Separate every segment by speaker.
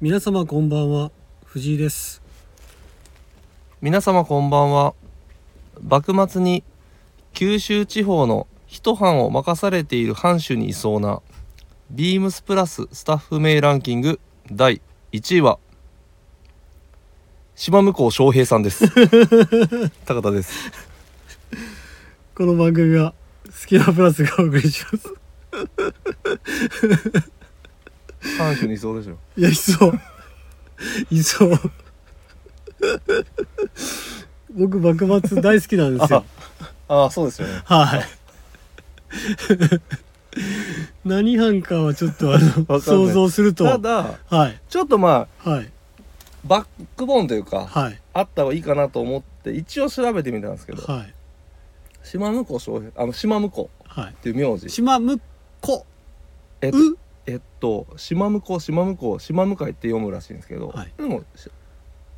Speaker 1: 皆様こんばんは藤井です
Speaker 2: 皆様こんばんは幕末に九州地方の一藩を任されている藩主にいそうなビームスプラススタッフ名ランキング第1位は島向こう翔平さんです 高田です
Speaker 1: この番組はスキマプラスがお送りします
Speaker 2: 藩主にいそうでしょ
Speaker 1: いやいそういそう 僕幕末大好きなんですよ
Speaker 2: ああそうですよね
Speaker 1: はい何班かはちょっとあの
Speaker 2: わかんない
Speaker 1: 想像すると
Speaker 2: た
Speaker 1: は
Speaker 2: だ
Speaker 1: い
Speaker 2: ちょっとまあ
Speaker 1: はい
Speaker 2: バックボーンというか、
Speaker 1: はい
Speaker 2: あった方がいいかなと思って一応調べてみたんですけど
Speaker 1: はい
Speaker 2: 島向こう翔平あの島向こう
Speaker 1: は
Speaker 2: っていう名字
Speaker 1: い島むっこ
Speaker 2: えっと
Speaker 1: う
Speaker 2: えっと島向こう島向こう島向かいって読むらしいんですけど、
Speaker 1: はい
Speaker 2: でもし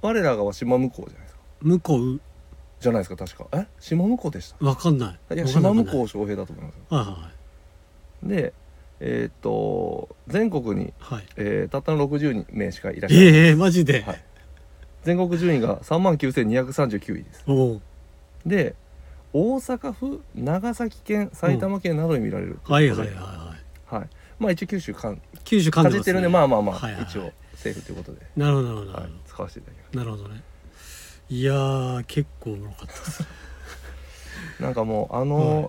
Speaker 2: 我らがは島向こうじゃないですか
Speaker 1: むこう
Speaker 2: じゃないですか確かえ島向こうでした
Speaker 1: わかんない
Speaker 2: いや
Speaker 1: わかんなく
Speaker 2: 島
Speaker 1: ない
Speaker 2: 向こう翔平だと思いますよ
Speaker 1: はいは
Speaker 2: でえっと全国に、
Speaker 1: いはいはい
Speaker 2: えーたったの60名しかいらっしゃらない、
Speaker 1: ええマジで、
Speaker 2: はい、全国順位が3万9239位です
Speaker 1: おう
Speaker 2: で大阪府長崎県埼玉県などに見られると
Speaker 1: はい
Speaker 2: い
Speaker 1: は
Speaker 2: う
Speaker 1: いは
Speaker 2: こ
Speaker 1: い
Speaker 2: とで、
Speaker 1: は
Speaker 2: はいまあ一応九州かん
Speaker 1: い九州噛ん
Speaker 2: か
Speaker 1: で
Speaker 2: じ
Speaker 1: ま
Speaker 2: っ
Speaker 1: す、ね、
Speaker 2: てるんでまあまあまあ、
Speaker 1: はいはいはい
Speaker 2: 一応セーフということで、
Speaker 1: なるほどなるほど、
Speaker 2: はい、使わせていただきます
Speaker 1: なるほどねいやー結構おもろかったですね
Speaker 2: なんかもうあの、
Speaker 1: はい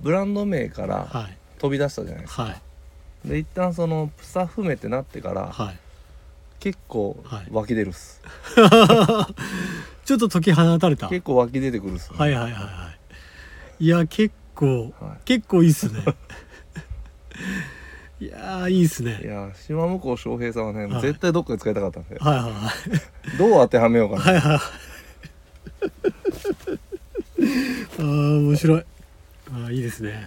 Speaker 2: ブランド名から
Speaker 1: はい
Speaker 2: 飛び出したじゃないですか、
Speaker 1: はい
Speaker 2: で一旦そのプサフメってなってから、
Speaker 1: はい
Speaker 2: 結構
Speaker 1: はい
Speaker 2: 湧き出るっす、
Speaker 1: ちょっと解き放たれたはい
Speaker 2: 結構湧き出てくるっすね、
Speaker 1: はいはいはいいや結構
Speaker 2: は
Speaker 1: 結構いいっす ねいやーいいっす
Speaker 2: いい
Speaker 1: ね
Speaker 2: やー島向こう翔平さんはね、
Speaker 1: はい
Speaker 2: 絶対どっかで使いたかったんで
Speaker 1: はいはいはい
Speaker 2: どう当てはめようかな、
Speaker 1: はい はいあー面白いあーいいですね
Speaker 2: はい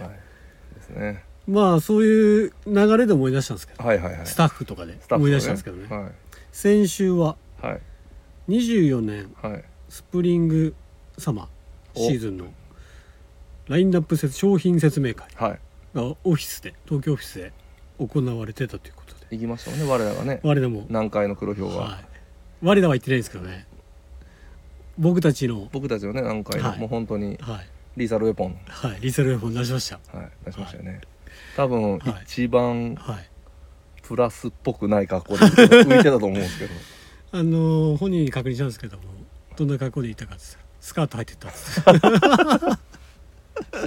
Speaker 2: ですね
Speaker 1: まあそういう流れで思い出したんですけど
Speaker 2: はいはいはい
Speaker 1: スタッフとかで
Speaker 2: スタッ
Speaker 1: 思
Speaker 2: フを
Speaker 1: い
Speaker 2: ね
Speaker 1: 出したんですけどね
Speaker 2: は
Speaker 1: 先週はい
Speaker 2: はい
Speaker 1: 24年
Speaker 2: はい
Speaker 1: スプリングサマー
Speaker 2: お
Speaker 1: シーズンのラインナップ説商品説明会
Speaker 2: はい
Speaker 1: がオフィスで東京オフィスで行われてたということで
Speaker 2: 行きましたもんね我らがね
Speaker 1: 我らも、
Speaker 2: 南海の黒豹が、
Speaker 1: はい、我らは行ってないんですけどね僕たちの
Speaker 2: 僕たちのね南海の、
Speaker 1: はい
Speaker 2: もう本当に
Speaker 1: はい、
Speaker 2: リーサルウェポン
Speaker 1: はい、リーサルウェポン出しました
Speaker 2: はい、出しましたよね、多分、
Speaker 1: はい
Speaker 2: 一番
Speaker 1: はい
Speaker 2: プラスっぽくない 格好で浮いてたと思うんですけど
Speaker 1: あのー本人に確認したんですけどもどんな格好でいたかって言ったらスカート履いてったんです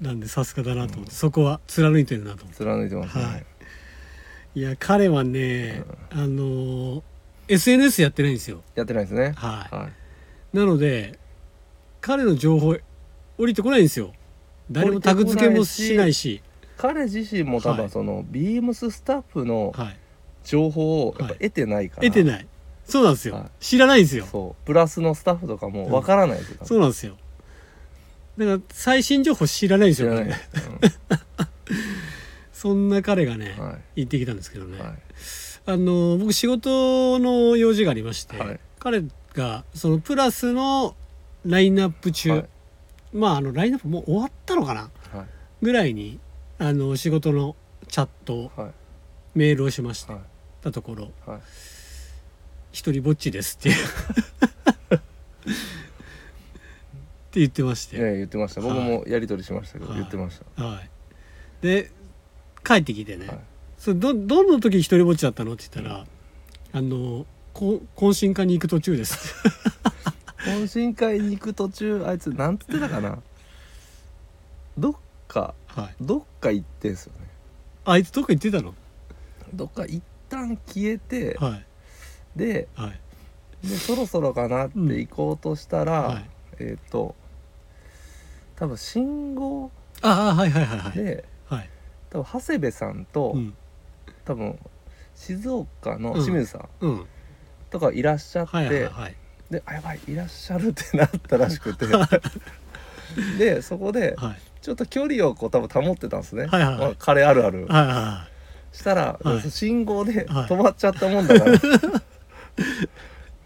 Speaker 1: なんでさすがだなと思って、そこは貫いてるなと思って
Speaker 2: 貫いてますね、
Speaker 1: はいいや彼はね、あのー SNS やってないんですよ
Speaker 2: やってないですね
Speaker 1: はい、
Speaker 2: はい
Speaker 1: なので彼の情報降りてこないんですよ誰もタグ付けもしないし
Speaker 2: 彼自身も多
Speaker 1: は
Speaker 2: 分
Speaker 1: い
Speaker 2: その、ビームススタッフの
Speaker 1: はい、
Speaker 2: 情報をや
Speaker 1: は
Speaker 2: っぱ
Speaker 1: い
Speaker 2: 得てないから、
Speaker 1: 得てないそうなんですよ、
Speaker 2: はい
Speaker 1: 知らないんですよ
Speaker 2: そうプラスのスタッフとかもわからないですよ、多分
Speaker 1: そうなんですよだから最新情報知らないんです
Speaker 2: 知ら
Speaker 1: よ、
Speaker 2: ない
Speaker 1: ね、
Speaker 2: です、
Speaker 1: そんな彼がね、
Speaker 2: うんは
Speaker 1: 行ってきたんですけどね、
Speaker 2: いは
Speaker 1: あのー僕仕事の用事がありまして、
Speaker 2: はい
Speaker 1: 彼がそのプラスのラインナップ
Speaker 2: い
Speaker 1: 中、
Speaker 2: はい
Speaker 1: まああのラインナップもう終わったのかな
Speaker 2: はい
Speaker 1: ぐらいにあの仕事のチャット
Speaker 2: はい
Speaker 1: メールをしました,、
Speaker 2: はい
Speaker 1: たところ
Speaker 2: はい
Speaker 1: 「一人ぼっちです」っていう って言ってまし
Speaker 2: いや
Speaker 1: て、
Speaker 2: いや言ってました僕もやり取りしましたけど、
Speaker 1: はい
Speaker 2: 言ってまし
Speaker 1: はい、で帰ってきてね、
Speaker 2: た、はい、
Speaker 1: それどどの時一人ぼっちだったのって言ったら「あのこ懇親会に行く途中です」 って
Speaker 2: 懇親会に行く途中あいつなんつってたかなどっか
Speaker 1: はい、
Speaker 2: どっか行ってんすよね
Speaker 1: あいつどこ行ってたの
Speaker 2: どっか一旦消えて
Speaker 1: はい
Speaker 2: で
Speaker 1: はい
Speaker 2: でそろそろかなって行こうとしたら、
Speaker 1: はい
Speaker 2: えっ、と多分信号
Speaker 1: ああはいはいはいはい
Speaker 2: で
Speaker 1: はい、
Speaker 2: 多分長谷部さんと、
Speaker 1: うん
Speaker 2: 多分静岡
Speaker 1: う
Speaker 2: の
Speaker 1: ん
Speaker 2: 清水さん
Speaker 1: うん、
Speaker 2: とかいらっしゃって、
Speaker 1: はいはいはい
Speaker 2: で「あやばいいらっしゃる」ってなったらしくてでそこで
Speaker 1: はい
Speaker 2: ちょっと距離をこう多分保ってたんですね、
Speaker 1: はいはいはい
Speaker 2: まあ彼あるあ
Speaker 1: は
Speaker 2: る。
Speaker 1: いは
Speaker 2: したら、
Speaker 1: はい
Speaker 2: 信号で
Speaker 1: はい
Speaker 2: 止まっちゃったもんだ から、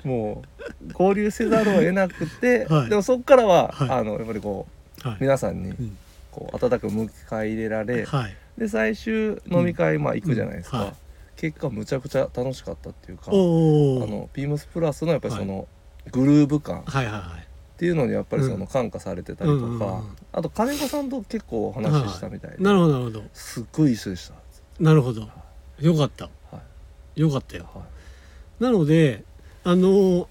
Speaker 2: もう合流せざるを得なくて、
Speaker 1: はい
Speaker 2: でもそこからは、
Speaker 1: はい
Speaker 2: あのやっぱりこう
Speaker 1: いはい
Speaker 2: 皆さんに
Speaker 1: うん
Speaker 2: こう温かく迎え入れられ、
Speaker 1: はい
Speaker 2: で最終飲み会まあ行くじゃないですか、
Speaker 1: うんはい
Speaker 2: 結果むちゃくちゃ楽しかったっていうかあ
Speaker 1: おお
Speaker 2: のビームスプラスのやっぱりその、グルーヴ感っ
Speaker 1: はいはいはい
Speaker 2: ていうのにやっぱりその、
Speaker 1: うん
Speaker 2: 感化されてたりとか、
Speaker 1: うんうんうん
Speaker 2: あと金子さんと結構お話ししたみたいで、
Speaker 1: なるほどなるほど
Speaker 2: すっごい一緒でした、
Speaker 1: なるほどよかった
Speaker 2: は
Speaker 1: よかった
Speaker 2: い
Speaker 1: よ
Speaker 2: は
Speaker 1: なのであの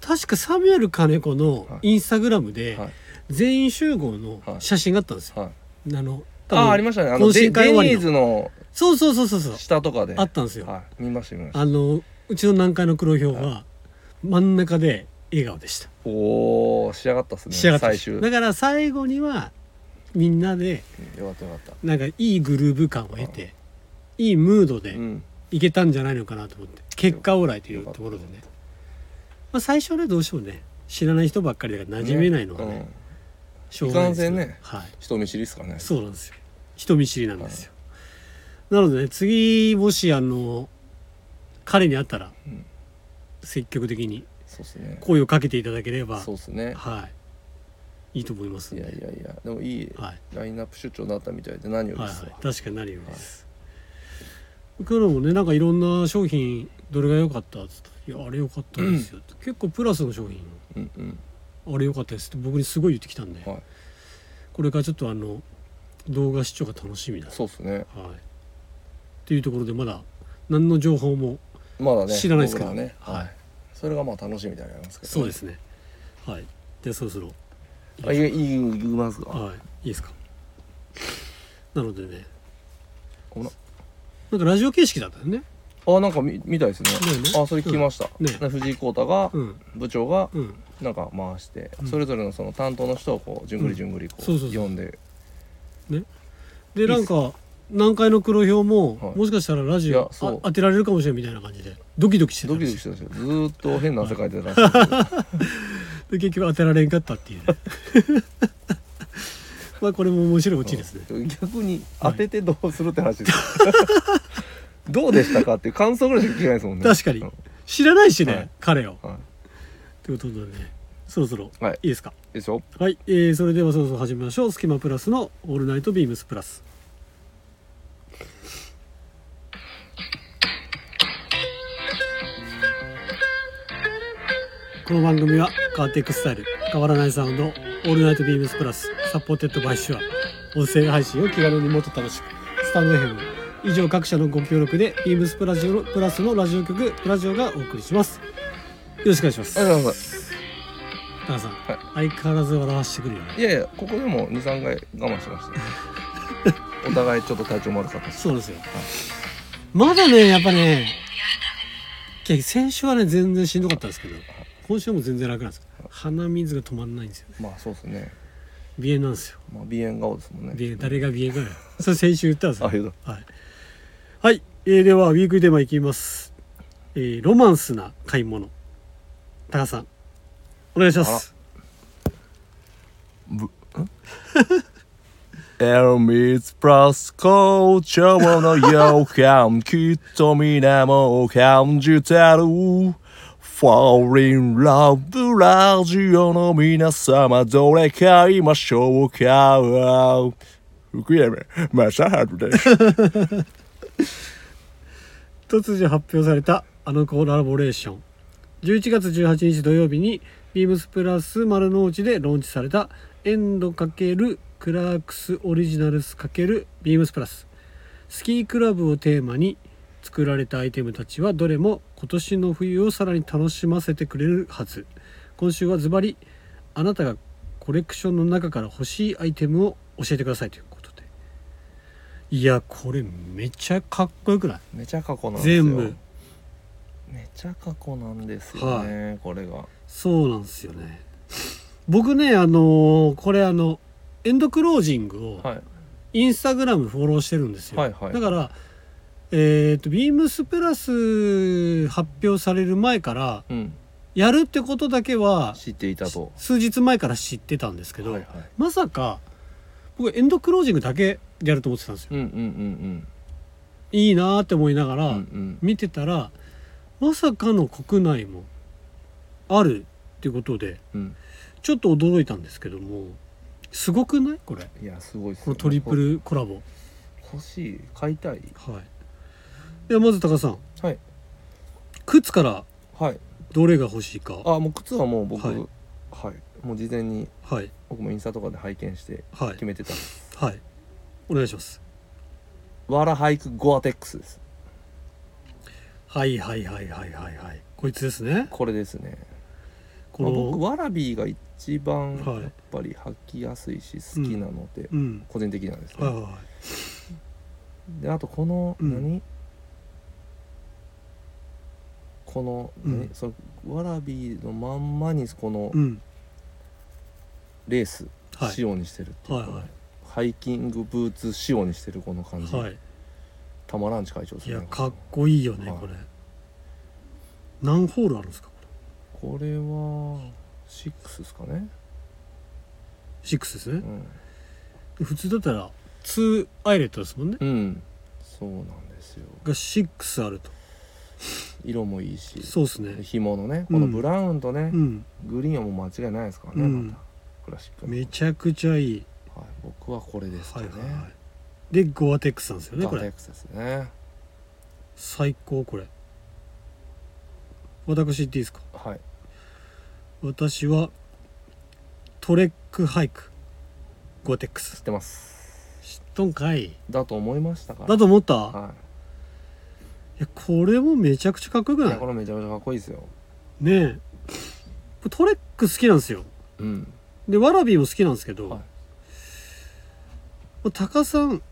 Speaker 1: 確かサミュエル金子の
Speaker 2: はい
Speaker 1: インスタグラム
Speaker 2: い
Speaker 1: で
Speaker 2: はい
Speaker 1: 全員集合の写真があったんですよ、
Speaker 2: はい、
Speaker 1: あの多分
Speaker 2: ああありましたねあの
Speaker 1: 懇
Speaker 2: デデ
Speaker 1: 親
Speaker 2: ニ
Speaker 1: 会終わりの
Speaker 2: ーズの
Speaker 1: そうそうそうそうそう
Speaker 2: 下とかで
Speaker 1: あったんですよ、
Speaker 2: はい、見ました見ました
Speaker 1: あのうちの南海の黒ひょう
Speaker 2: は
Speaker 1: が真ん中で笑顔でした、
Speaker 2: おお仕上がったっすね
Speaker 1: 仕上がった
Speaker 2: 最終よか
Speaker 1: だから最後にはみんなで
Speaker 2: ったよかった
Speaker 1: なんかいいグルーヴ感を得ていいムード
Speaker 2: う
Speaker 1: で
Speaker 2: ん
Speaker 1: いけたんじゃないのかなと思って結果オーライというところでね、まあ、最初はねどうしてもね知らない人ばっかりだから馴染めないのはね
Speaker 2: うん
Speaker 1: しょうがないですけど
Speaker 2: いかんせんね
Speaker 1: はい
Speaker 2: 人見知りっすかね
Speaker 1: そうなんですよ人見知りなんですよ、なのでね次もしあの彼に会ったら
Speaker 2: うん
Speaker 1: 積極的に
Speaker 2: そうっすね
Speaker 1: 声をかけていただければ
Speaker 2: そうっすね
Speaker 1: はいいいと思います
Speaker 2: い
Speaker 1: んで
Speaker 2: やいやいやでもいい
Speaker 1: はい
Speaker 2: ラインナップ出張になったみたいで何より
Speaker 1: は
Speaker 2: っ
Speaker 1: いは
Speaker 2: すわ
Speaker 1: い、確かになるようです、今日もねなんかいろんな商品どれが良かったっつったらいやあれ良かったですよ」結構プラスの商品
Speaker 2: うんうん
Speaker 1: あれ良かったですって僕にすごい言ってきたんで、
Speaker 2: はい
Speaker 1: これからちょっとあの動画視聴が楽しみだ
Speaker 2: そうっすね
Speaker 1: はい。っていうところでまだ何の情報も
Speaker 2: まだね
Speaker 1: 知らないっすけど
Speaker 2: 僕らね
Speaker 1: はい
Speaker 2: はいそれがまあ楽しみでありますけど
Speaker 1: そうですすね。はい。でそろそろ
Speaker 2: あいやいいいいますか
Speaker 1: はいいいですか。なのでね、
Speaker 2: この
Speaker 1: なんかラジオ形式だったよね。
Speaker 2: あなんかみ見たいですね
Speaker 1: だよね
Speaker 2: あそれ聞きました
Speaker 1: うんね
Speaker 2: で藤井耕太が
Speaker 1: うん
Speaker 2: 部長が
Speaker 1: うん
Speaker 2: なんか回して
Speaker 1: うん
Speaker 2: それぞれのその担当の人をこうじゅんぐりじゅんぐりこう
Speaker 1: そうそうそう
Speaker 2: 読んで
Speaker 1: でなんか南海の黒表も、
Speaker 2: はい
Speaker 1: もしかしたらラジ
Speaker 2: いや
Speaker 1: オ
Speaker 2: そう
Speaker 1: あ当てられるかもしれないみたいな感じでドキドキしてた
Speaker 2: ド
Speaker 1: ん
Speaker 2: キ
Speaker 1: で
Speaker 2: ド
Speaker 1: す
Speaker 2: キ
Speaker 1: よ
Speaker 2: してたんですよずーっと変な汗かいてたらしいんですけど
Speaker 1: で結局当てられんかったっていう、 ね、まあこれも面白いオチですね。
Speaker 2: 逆に当ててどうするって話ですよ どうでしたかっていう感想ぐらいしか聞けないですもんね
Speaker 1: 確かに
Speaker 2: うん
Speaker 1: 知らないしね、
Speaker 2: はい
Speaker 1: 彼を。
Speaker 2: は
Speaker 1: ということでね、そろそろ
Speaker 2: い、はい、
Speaker 1: いいですか。
Speaker 2: でしょ
Speaker 1: はい、えー、それではそろそろ始めましょう。スキマプラスのオールナイトビームスプラス。この番組は変わっていくスタイル、変わらないサウンド、オールナイトビームスプラス、サポーテッドバイシュア、音声配信を気軽にもっと楽しく、スタンド FM、以上各社のご協力で、ビームスプラジオプラスのラジオ局、プラジオがお送りします。よろしくお願いします。
Speaker 2: ありがとうございま
Speaker 1: 田中さん、相変わらず笑わしてくるよね
Speaker 2: いやいやここでも23回我慢してましたよ お互いちょっと体調も悪かったし
Speaker 1: そうなんですよ、まだねやっぱねいや先週はね全然しんどかったんですけど今週も全然楽なんですけど鼻水が止まんないんですよね
Speaker 2: まあそうですね
Speaker 1: 鼻炎なんですよ
Speaker 2: まあ鼻炎顔ですもんね
Speaker 1: 鼻炎誰が鼻炎かよそれ先週言ったんですよ
Speaker 2: ありがとう
Speaker 1: はい、はいえーではウィークリーテーマいきます、えーロマンスな買い物高橋さんお願いします
Speaker 2: エルミツプラス校長の予感きっと皆も感じてる Falling Love ラジオの皆様どれ買いましょうか福山雅治です
Speaker 1: 突如発表されたあのコラボレーション11月18日土曜日にビームスプラス丸の内でローンチされたエンド×クラークスオリジナルス×ビームスプラススキークラブをテーマに作られたアイテムたちはどれも今年の冬をさらに楽しませてくれるはず今週はズバリあなたがコレクションの中から欲しいアイテムを教えてくださいということでいやこれめちゃかっこよくない
Speaker 2: めちゃ過去なんですよ
Speaker 1: 全部
Speaker 2: めちゃ過去なんですよね、これが
Speaker 1: そうなんですよね僕ねあのーこれあのエンドクロージングを
Speaker 2: はい
Speaker 1: インスタグラムフォローしてるんですよ、
Speaker 2: はいはい
Speaker 1: だからえっ、とビームスプラス発表される前から
Speaker 2: うん
Speaker 1: やるってことだけは
Speaker 2: 知っていたと
Speaker 1: 数日前から知ってたんですけど、
Speaker 2: はいはい
Speaker 1: まさか僕エンドクロージングだけでやると思ってたんですよ
Speaker 2: うんうんうん
Speaker 1: いいなーって思いなが
Speaker 2: うんう
Speaker 1: ら
Speaker 2: ん
Speaker 1: 見てたら、まさかの国内もあるっていうことで
Speaker 2: うん
Speaker 1: ちょっと驚いたんですけどもすごくないこれ
Speaker 2: いやすごいっす
Speaker 1: このトリプルコラボ
Speaker 2: 欲しい買いたい
Speaker 1: はいではまず高田さん
Speaker 2: はい
Speaker 1: 靴から
Speaker 2: はい
Speaker 1: どれが欲しいか
Speaker 2: あもう靴はもう僕
Speaker 1: は
Speaker 2: はいい、もう事前に
Speaker 1: はい
Speaker 2: 僕もインスタとかで拝見して
Speaker 1: は
Speaker 2: 決
Speaker 1: い
Speaker 2: めてた
Speaker 1: はいお願いします
Speaker 2: ワラハイクゴアテックスです
Speaker 1: はいはいはいはいはいはいこいつですね
Speaker 2: これですね
Speaker 1: こ
Speaker 2: まあ、僕
Speaker 1: の
Speaker 2: ワラビーが一番
Speaker 1: はい
Speaker 2: やっぱり履きやすいし好きなので、
Speaker 1: うん
Speaker 2: 個人的なんですね、
Speaker 1: はいはいはい
Speaker 2: であとこの、
Speaker 1: うん
Speaker 2: 何この,、
Speaker 1: うん
Speaker 2: 何そのワラビーのまんまにこの
Speaker 1: うん
Speaker 2: レース
Speaker 1: はい
Speaker 2: 仕様にしてるっていう、
Speaker 1: はいはい
Speaker 2: ハイキングブーツ仕様にしてるこの感じ、
Speaker 1: はい
Speaker 2: たまらんち会長です
Speaker 1: い
Speaker 2: ね
Speaker 1: やかっこいいよね
Speaker 2: はい
Speaker 1: これ何ホールあるんですか
Speaker 2: これは6ですかね、
Speaker 1: 6ですね
Speaker 2: うん、
Speaker 1: 普通だったら2アイレットですもんね
Speaker 2: うん、そうなんですよ
Speaker 1: が6あると
Speaker 2: 色もいいし
Speaker 1: そうですね
Speaker 2: 紐のね
Speaker 1: うん
Speaker 2: このブラウンとね、
Speaker 1: うん
Speaker 2: グリーンはもう間違いないですからね、
Speaker 1: うん
Speaker 2: またクラシックの
Speaker 1: めちゃくちゃいい
Speaker 2: はい、僕はこれですか
Speaker 1: はい
Speaker 2: ね、
Speaker 1: はいはいでゴアテックスなんですよね
Speaker 2: ガ
Speaker 1: こ
Speaker 2: ーテッ
Speaker 1: れ
Speaker 2: クスですね
Speaker 1: 最高これ私言っていいですか
Speaker 2: はい
Speaker 1: 私はトレックハイクゴアテック
Speaker 2: 知
Speaker 1: ス
Speaker 2: ってます
Speaker 1: 知っとんかい
Speaker 2: だと思いましたから
Speaker 1: だと思った、、
Speaker 2: はい
Speaker 1: やこれもめちゃくちゃかっこよく
Speaker 2: い、い
Speaker 1: な
Speaker 2: や
Speaker 1: い
Speaker 2: これめちゃめちゃかっこいいですよ
Speaker 1: ねえトレック好きなんですよ
Speaker 2: うん
Speaker 1: でワラビーも好きなんですけど、
Speaker 2: はい
Speaker 1: もうタカさん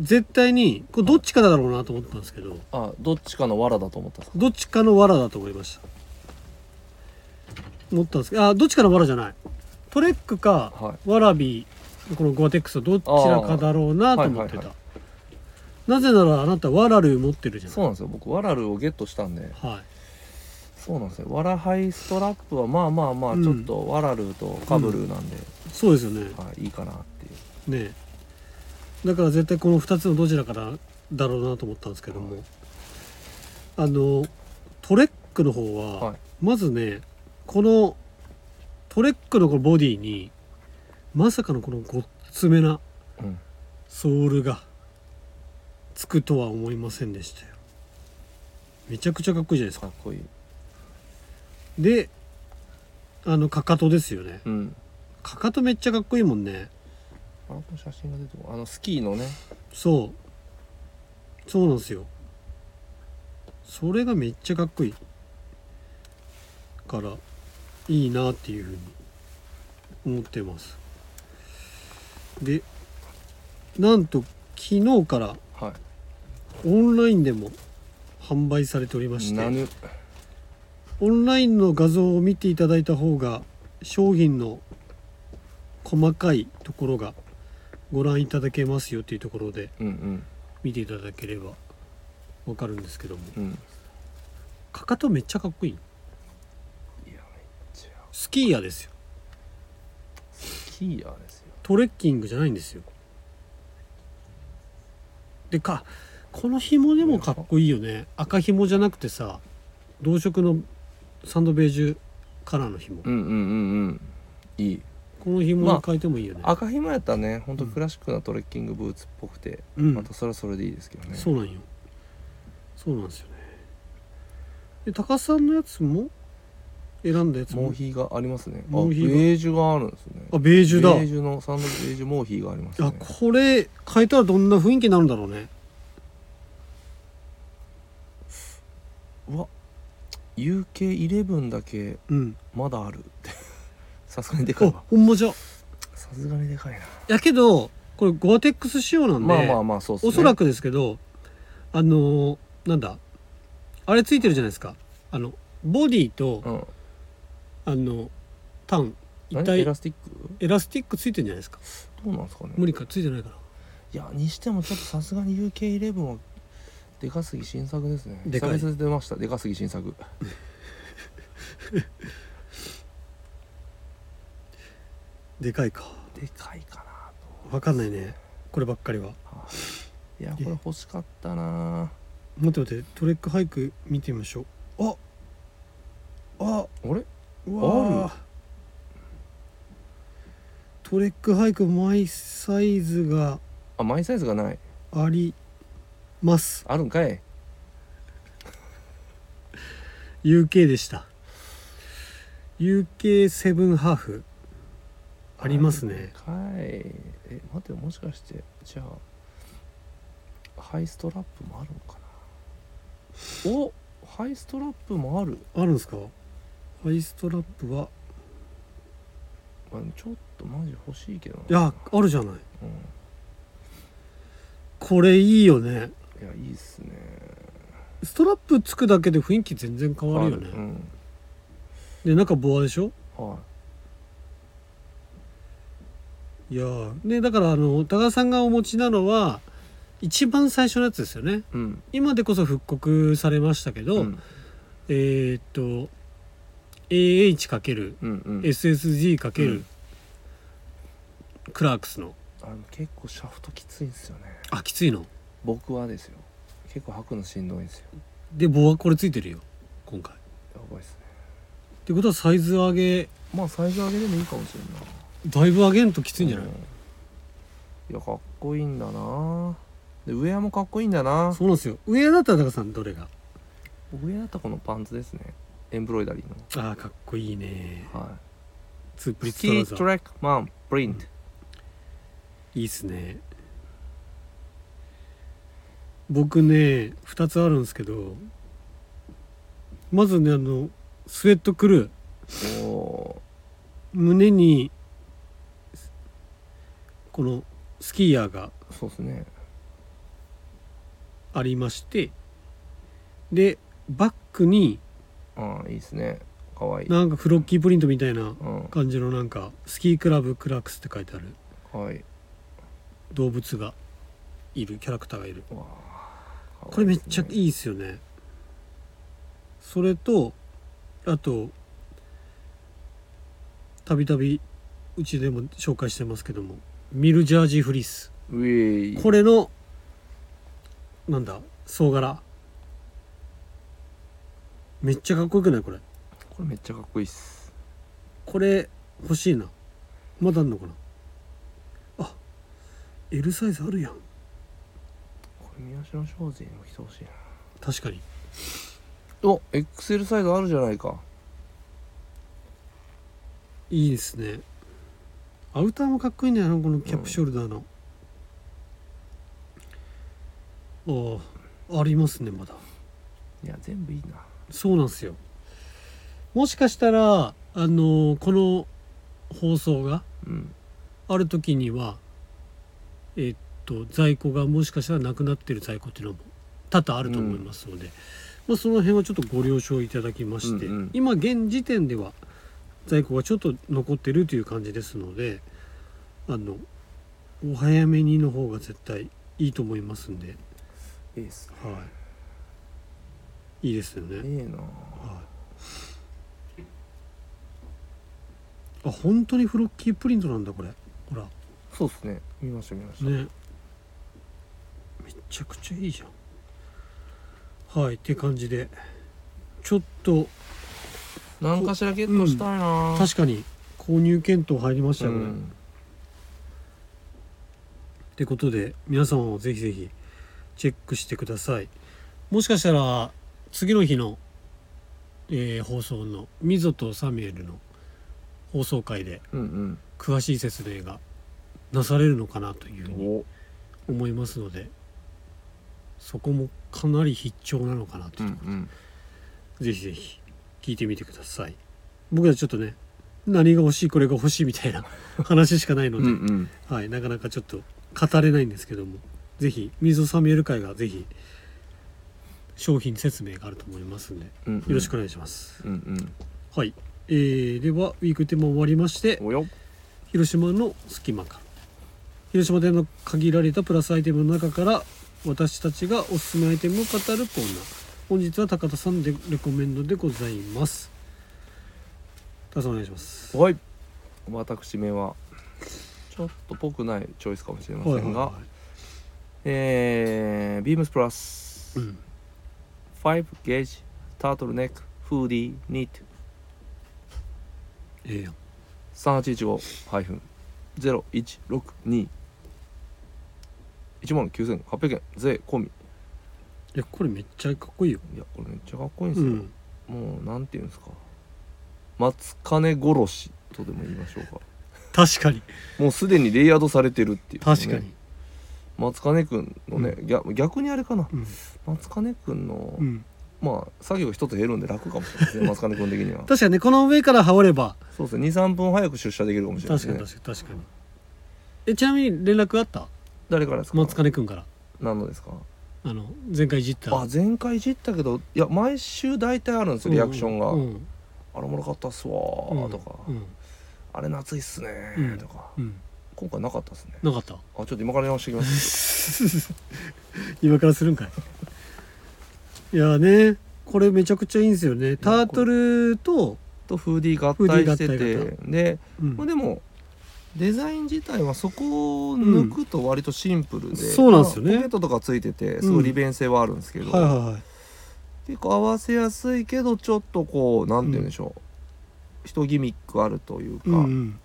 Speaker 1: 絶対にこれどっちかだろうなと思ったんですけど
Speaker 2: あどっちかの藁だと思ったんですか
Speaker 1: どっちかの藁だと思いました思ったんですけどあどっちかの藁じゃないトレックか
Speaker 2: はい
Speaker 1: ワラビーこのゴアテックスのどちらかだろうなと思ってた、
Speaker 2: あーはいはいは
Speaker 1: なぜならあなたワラルー持ってるじゃない
Speaker 2: そうなんですよ僕ワラルをゲットしたんで
Speaker 1: はい
Speaker 2: そうなんですよワラハイストラップはまあまあま
Speaker 1: う
Speaker 2: あ
Speaker 1: ん
Speaker 2: ちょっとワラルとカブルなんで、
Speaker 1: そうですよね
Speaker 2: はい、いいかなっていう
Speaker 1: ねえだから絶対この2つのどちらかだだろうなと思ったんですけども、
Speaker 2: はい
Speaker 1: あのトレックの方は、
Speaker 2: はい
Speaker 1: まずねこのトレックのこのボディにまさかのこのごっつめな
Speaker 2: うん
Speaker 1: ソールがつくとは思いませんでしたよめちゃくちゃかっこいいじゃないです
Speaker 2: か
Speaker 1: か
Speaker 2: っこいい
Speaker 1: であのかかとですよね
Speaker 2: うん
Speaker 1: かかとめっちゃかっこいいもんね
Speaker 2: あこの写真が出てこないあのスキーのね
Speaker 1: そうそうなんですよそれがめっちゃかっこいいからいいなっていうふうに思ってますでなんと昨日から
Speaker 2: は
Speaker 1: オンラインでも販売されておりま
Speaker 2: い
Speaker 1: し
Speaker 2: な
Speaker 1: て
Speaker 2: ぬ
Speaker 1: オンラインの画像を見ていただいた方が商品の細かいところがご覧いただけますよっていうところで
Speaker 2: うんうん
Speaker 1: 見ていただければわかるんですけども
Speaker 2: うん
Speaker 1: かかとめっちゃかっこいい
Speaker 2: いやめっちゃ
Speaker 1: スキーヤーですよ
Speaker 2: スキーヤーですよ
Speaker 1: トレッキングじゃないんですよでかこの紐でもかっこいいよね赤紐じゃなくてさ同色のサンドベージュカラーの紐
Speaker 2: うんうんうんうんいい
Speaker 1: この紐に変えてもいいよね、
Speaker 2: 赤ひもやったらねほんとクラシックなトレッキングブーツっぽくて、
Speaker 1: うん
Speaker 2: またそれはそれでいいですけどね
Speaker 1: そうなんよそうなんですよねで高須さんのやつも選んだやつ
Speaker 2: モー
Speaker 1: も
Speaker 2: ヒーがありますねあ
Speaker 1: モーヒーが
Speaker 2: ベージュがあるんですね
Speaker 1: あベージュだ
Speaker 2: ベージュのサンドベージュモーヒーがあります
Speaker 1: あ
Speaker 2: ね
Speaker 1: これ変えたらどんな雰囲気になるんだろうね
Speaker 2: うわ UK11 だけ
Speaker 1: うん
Speaker 2: まだあるって さすがにでかい
Speaker 1: あ
Speaker 2: わ
Speaker 1: ほんまじゃ
Speaker 2: さすがにでかいな
Speaker 1: やけどこれゴアテックス仕様なんで、
Speaker 2: まあまあまあそうっすね
Speaker 1: おそら
Speaker 2: く
Speaker 1: くですけどあのーなんだあれついてるじゃないですかあのボディと、
Speaker 2: うん
Speaker 1: あのタン一
Speaker 2: 何エ
Speaker 1: 体
Speaker 2: ラスティック
Speaker 1: エラスティックついてるんじゃないですか
Speaker 2: どうなんですかね
Speaker 1: 無理かついてないかない
Speaker 2: やにしてもちょっとさすがに UK11 はでかすぎ新作ですね
Speaker 1: でかい
Speaker 2: 久々に出ましたでかすぎ新作
Speaker 1: でかいか
Speaker 2: でかいかなと
Speaker 1: わかんないねこればっかりは
Speaker 2: いやこれ欲しかったな
Speaker 1: 待って待ってトレックハイク見てみましょうああ
Speaker 2: あれ
Speaker 1: うわ
Speaker 2: あ
Speaker 1: あトレックハイクマイサイズが
Speaker 2: あマイサイズがない
Speaker 1: あります
Speaker 2: あるんかい
Speaker 1: UK でした UK7 ハーフありますね
Speaker 2: あるんかいえ待ってもしかしてじゃあハイストラップもあるのかなおハイストラップもある、
Speaker 1: あるんですかハイストラップは
Speaker 2: まあ、ちょっとマジ欲しいけどない
Speaker 1: やあるじゃない
Speaker 2: うん、
Speaker 1: これいいよね
Speaker 2: いやいいっすね
Speaker 1: ストラップつくだけで雰囲気全然変わるよ
Speaker 2: う
Speaker 1: ね
Speaker 2: ん
Speaker 1: で中ボアでしょ
Speaker 2: はい
Speaker 1: いやーねだからあの多賀さんがお持ちなのは一番最初のやつですよね
Speaker 2: うん
Speaker 1: 今でこそ復刻されましたけど、
Speaker 2: ん
Speaker 1: えーっと AH×SSG×
Speaker 2: うんうんうん
Speaker 1: クラークスの
Speaker 2: あの結構シャフトきついんですよね
Speaker 1: あきついの
Speaker 2: 僕はですよ結構履くのしんどいんですよ
Speaker 1: で棒はこれついてるよ今回っ
Speaker 2: やばいっすね
Speaker 1: てことはサイズ上げ
Speaker 2: まあサイズ上げでもいいかもしれんない
Speaker 1: だいぶ上げんときついんじゃない、
Speaker 2: いやかっこいいんだなでウェアもかっこいいんだな
Speaker 1: そうなんですよ上だったら高さんどれが
Speaker 2: 僕ウェアだったらこのパンツですねエンブロイダリーの
Speaker 1: ああかっこいいね
Speaker 2: は
Speaker 1: ツープ
Speaker 2: い
Speaker 1: リッ
Speaker 2: スキ
Speaker 1: ツトラウ
Speaker 2: ー
Speaker 1: ザー
Speaker 2: トラックマンプリント
Speaker 1: いいっすね僕ね2つあるんですけどまずねあのスウェットクルー
Speaker 2: お
Speaker 1: 胸にこのスキーヤーが
Speaker 2: ーそうっすね
Speaker 1: ありましてでバックに
Speaker 2: ああいいっすねかわいい
Speaker 1: なんかフロッキープリントみたいな
Speaker 2: うん
Speaker 1: 感じのなんかスキークラブクラックスって書いてある
Speaker 2: はい
Speaker 1: 動物がいるキャラクターがいる
Speaker 2: わあ
Speaker 1: これめっちゃ
Speaker 2: い
Speaker 1: いいっすよねそれとあとたびたびうちでも紹介してますけどもミルジャージーフリース
Speaker 2: ウェイ
Speaker 1: これのなんだ総柄めっちゃかっこよくないこれ
Speaker 2: これめっちゃかっこいいっす
Speaker 1: これ欲しいなまだあんのかなあ L サイズあるやん
Speaker 2: これ宮代商事にも来てほしいな
Speaker 1: 確かに
Speaker 2: お XL サイズあるじゃないか
Speaker 1: いいですねアウターもかっこいいんだよなこのキャップショルダーの、ああありますねまだ
Speaker 2: いや全部いいな
Speaker 1: そうなんですよもしかしたらあのこの放送が
Speaker 2: うん
Speaker 1: ある時にはえっと在庫がもしかしたらなくなってる在庫っていうのも多々あると思いますので、まあ、その辺はちょっとご了承いただきまして、
Speaker 2: うんうん
Speaker 1: 今現時点では在庫がちょっと残ってるという感じですのであのお早めにの方が絶対いいと思いますんで、
Speaker 2: いいっすね
Speaker 1: はい、いいですよね。
Speaker 2: いいな
Speaker 1: あ本当にフロッキープリントなんだこれほら
Speaker 2: そうっすね見ました見ました、
Speaker 1: ねめちゃくちゃいいじゃんはいって感じでちょっと
Speaker 2: 何かしらゲットしたいな、
Speaker 1: 確かに購入検討入りましたよね、っ
Speaker 2: うん
Speaker 1: てことで皆様もぜひぜひチェックしてくださいもしかしたら次の日の、えー放送のミゾとサミュエルの放送回で
Speaker 2: うん
Speaker 1: 詳しい説明がなされるのかなというふ
Speaker 2: う
Speaker 1: うんに思いますのでそこもかなり必聴なのかなと
Speaker 2: う
Speaker 1: い
Speaker 2: ん
Speaker 1: う
Speaker 2: うん
Speaker 1: ぜひぜひ聞いてみてください僕はちょっとね何が欲しいこれが欲しいみたい な話しかないの
Speaker 2: うん
Speaker 1: で、
Speaker 2: うん
Speaker 1: はい、なかなかちょっと語れないんですけどもぜひ水尾サミュエル会がぜひ商品説明があると思いますんでよ
Speaker 2: うんよ
Speaker 1: ろしくお願いします、
Speaker 2: うんうん
Speaker 1: はい、えー、ではウィークテーマ終わりまして
Speaker 2: およ
Speaker 1: 広島の隙間から広島での限られたプラスアイテムの中から私たちがおすすめアイテムを語るコーナー本日は高田さんでレコメンドでございます高田さんお願いします
Speaker 2: はい私めはちょっとぽくないチョイスかもしれませんが、えー、ビームスプラス、
Speaker 1: うん
Speaker 2: 5ゲージタートルネックフーディーニット
Speaker 1: ええやん
Speaker 2: 3815-0162 1万9800円税込み
Speaker 1: いやこれめっちゃかっこいいよ
Speaker 2: いやこれめっちゃかっこいいんで
Speaker 1: う
Speaker 2: すよ、
Speaker 1: ん
Speaker 2: もうなんていうんですか松金殺しとでも言いましょうか
Speaker 1: 確かに
Speaker 2: もうすでにレイヤードされてるっていう、
Speaker 1: 確かに、
Speaker 2: 松金くんのね、逆逆にあれかな
Speaker 1: うん
Speaker 2: 松金くんの、
Speaker 1: うん、
Speaker 2: まあ作業一つ減るんで楽かもしれないで すね松金くん的には
Speaker 1: 確かにねこの上から羽織れば
Speaker 2: そうですね23分早く出社できるかもしれないです
Speaker 1: 確か
Speaker 2: ね
Speaker 1: に確かに確かにえちなみに連絡あった
Speaker 2: 誰からですか
Speaker 1: 松金君から
Speaker 2: 何のですか
Speaker 1: あの前回いじった
Speaker 2: あ前回いじったけどいや毎週大体あるんですよリアクションが「
Speaker 1: うん
Speaker 2: あれおもろかったっすわ
Speaker 1: うんう
Speaker 2: ー」
Speaker 1: ん
Speaker 2: とか、
Speaker 1: うん
Speaker 2: あれ夏いっすね
Speaker 1: う
Speaker 2: ー」
Speaker 1: ん
Speaker 2: とか、
Speaker 1: うん
Speaker 2: 今回なかったっすね
Speaker 1: なかった
Speaker 2: あちょっと今から電話してきます
Speaker 1: 今からするんかいいやーねこれめちゃくちゃいいんですよねタートルと、
Speaker 2: とフーディー合体して
Speaker 1: フーディー
Speaker 2: てで、
Speaker 1: うん
Speaker 2: まあ、でもデザイン自体はそこを抜くと割とシンプルで、
Speaker 1: そうなんですよね
Speaker 2: まあポケットとかついててすごい利便性はあるんですけど、
Speaker 1: はいはいはい
Speaker 2: 結構合わせやすいけどちょっとこうなんて言うんでしょう、人ギミックあるというか、
Speaker 1: うんうん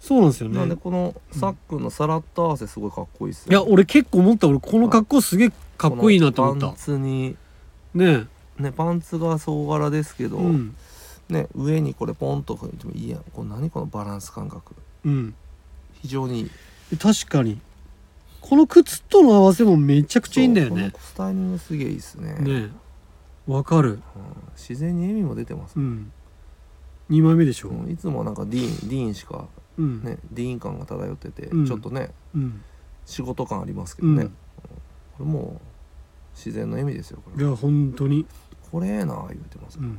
Speaker 1: そうなんですよ
Speaker 2: なんで
Speaker 1: ね
Speaker 2: このさっくんのさらっと合わせすごいかっこいいっす
Speaker 1: いや
Speaker 2: よ、
Speaker 1: 俺結構思った俺この格好すげえかっこいいなと思っ
Speaker 2: この
Speaker 1: た
Speaker 2: パンツに
Speaker 1: ね
Speaker 2: ねパンツが総柄ですけ
Speaker 1: え
Speaker 2: ど、
Speaker 1: うん
Speaker 2: ね上にこれポンとかってもいいやんこれ何このバランス感覚
Speaker 1: うん
Speaker 2: 非常にいい
Speaker 1: 確かにこの靴との合わせもめちゃくちゃいいんだよ
Speaker 2: そう
Speaker 1: ね
Speaker 2: このスタイリングすげえいいっすね
Speaker 1: ねえわかる
Speaker 2: うん自然に笑みも出てます
Speaker 1: う
Speaker 2: ね、
Speaker 1: ん2枚目でしょ
Speaker 2: うんいつもなんかディーンディーンしか
Speaker 1: うん、
Speaker 2: ねディーン感が漂ってて、
Speaker 1: うん
Speaker 2: ちょっとね
Speaker 1: うん
Speaker 2: 仕事感ありますけ
Speaker 1: う
Speaker 2: ど
Speaker 1: ん
Speaker 2: ね、これもう自然の笑みですよこ
Speaker 1: い
Speaker 2: れ
Speaker 1: や本当に
Speaker 2: これええな言うてます、
Speaker 1: うん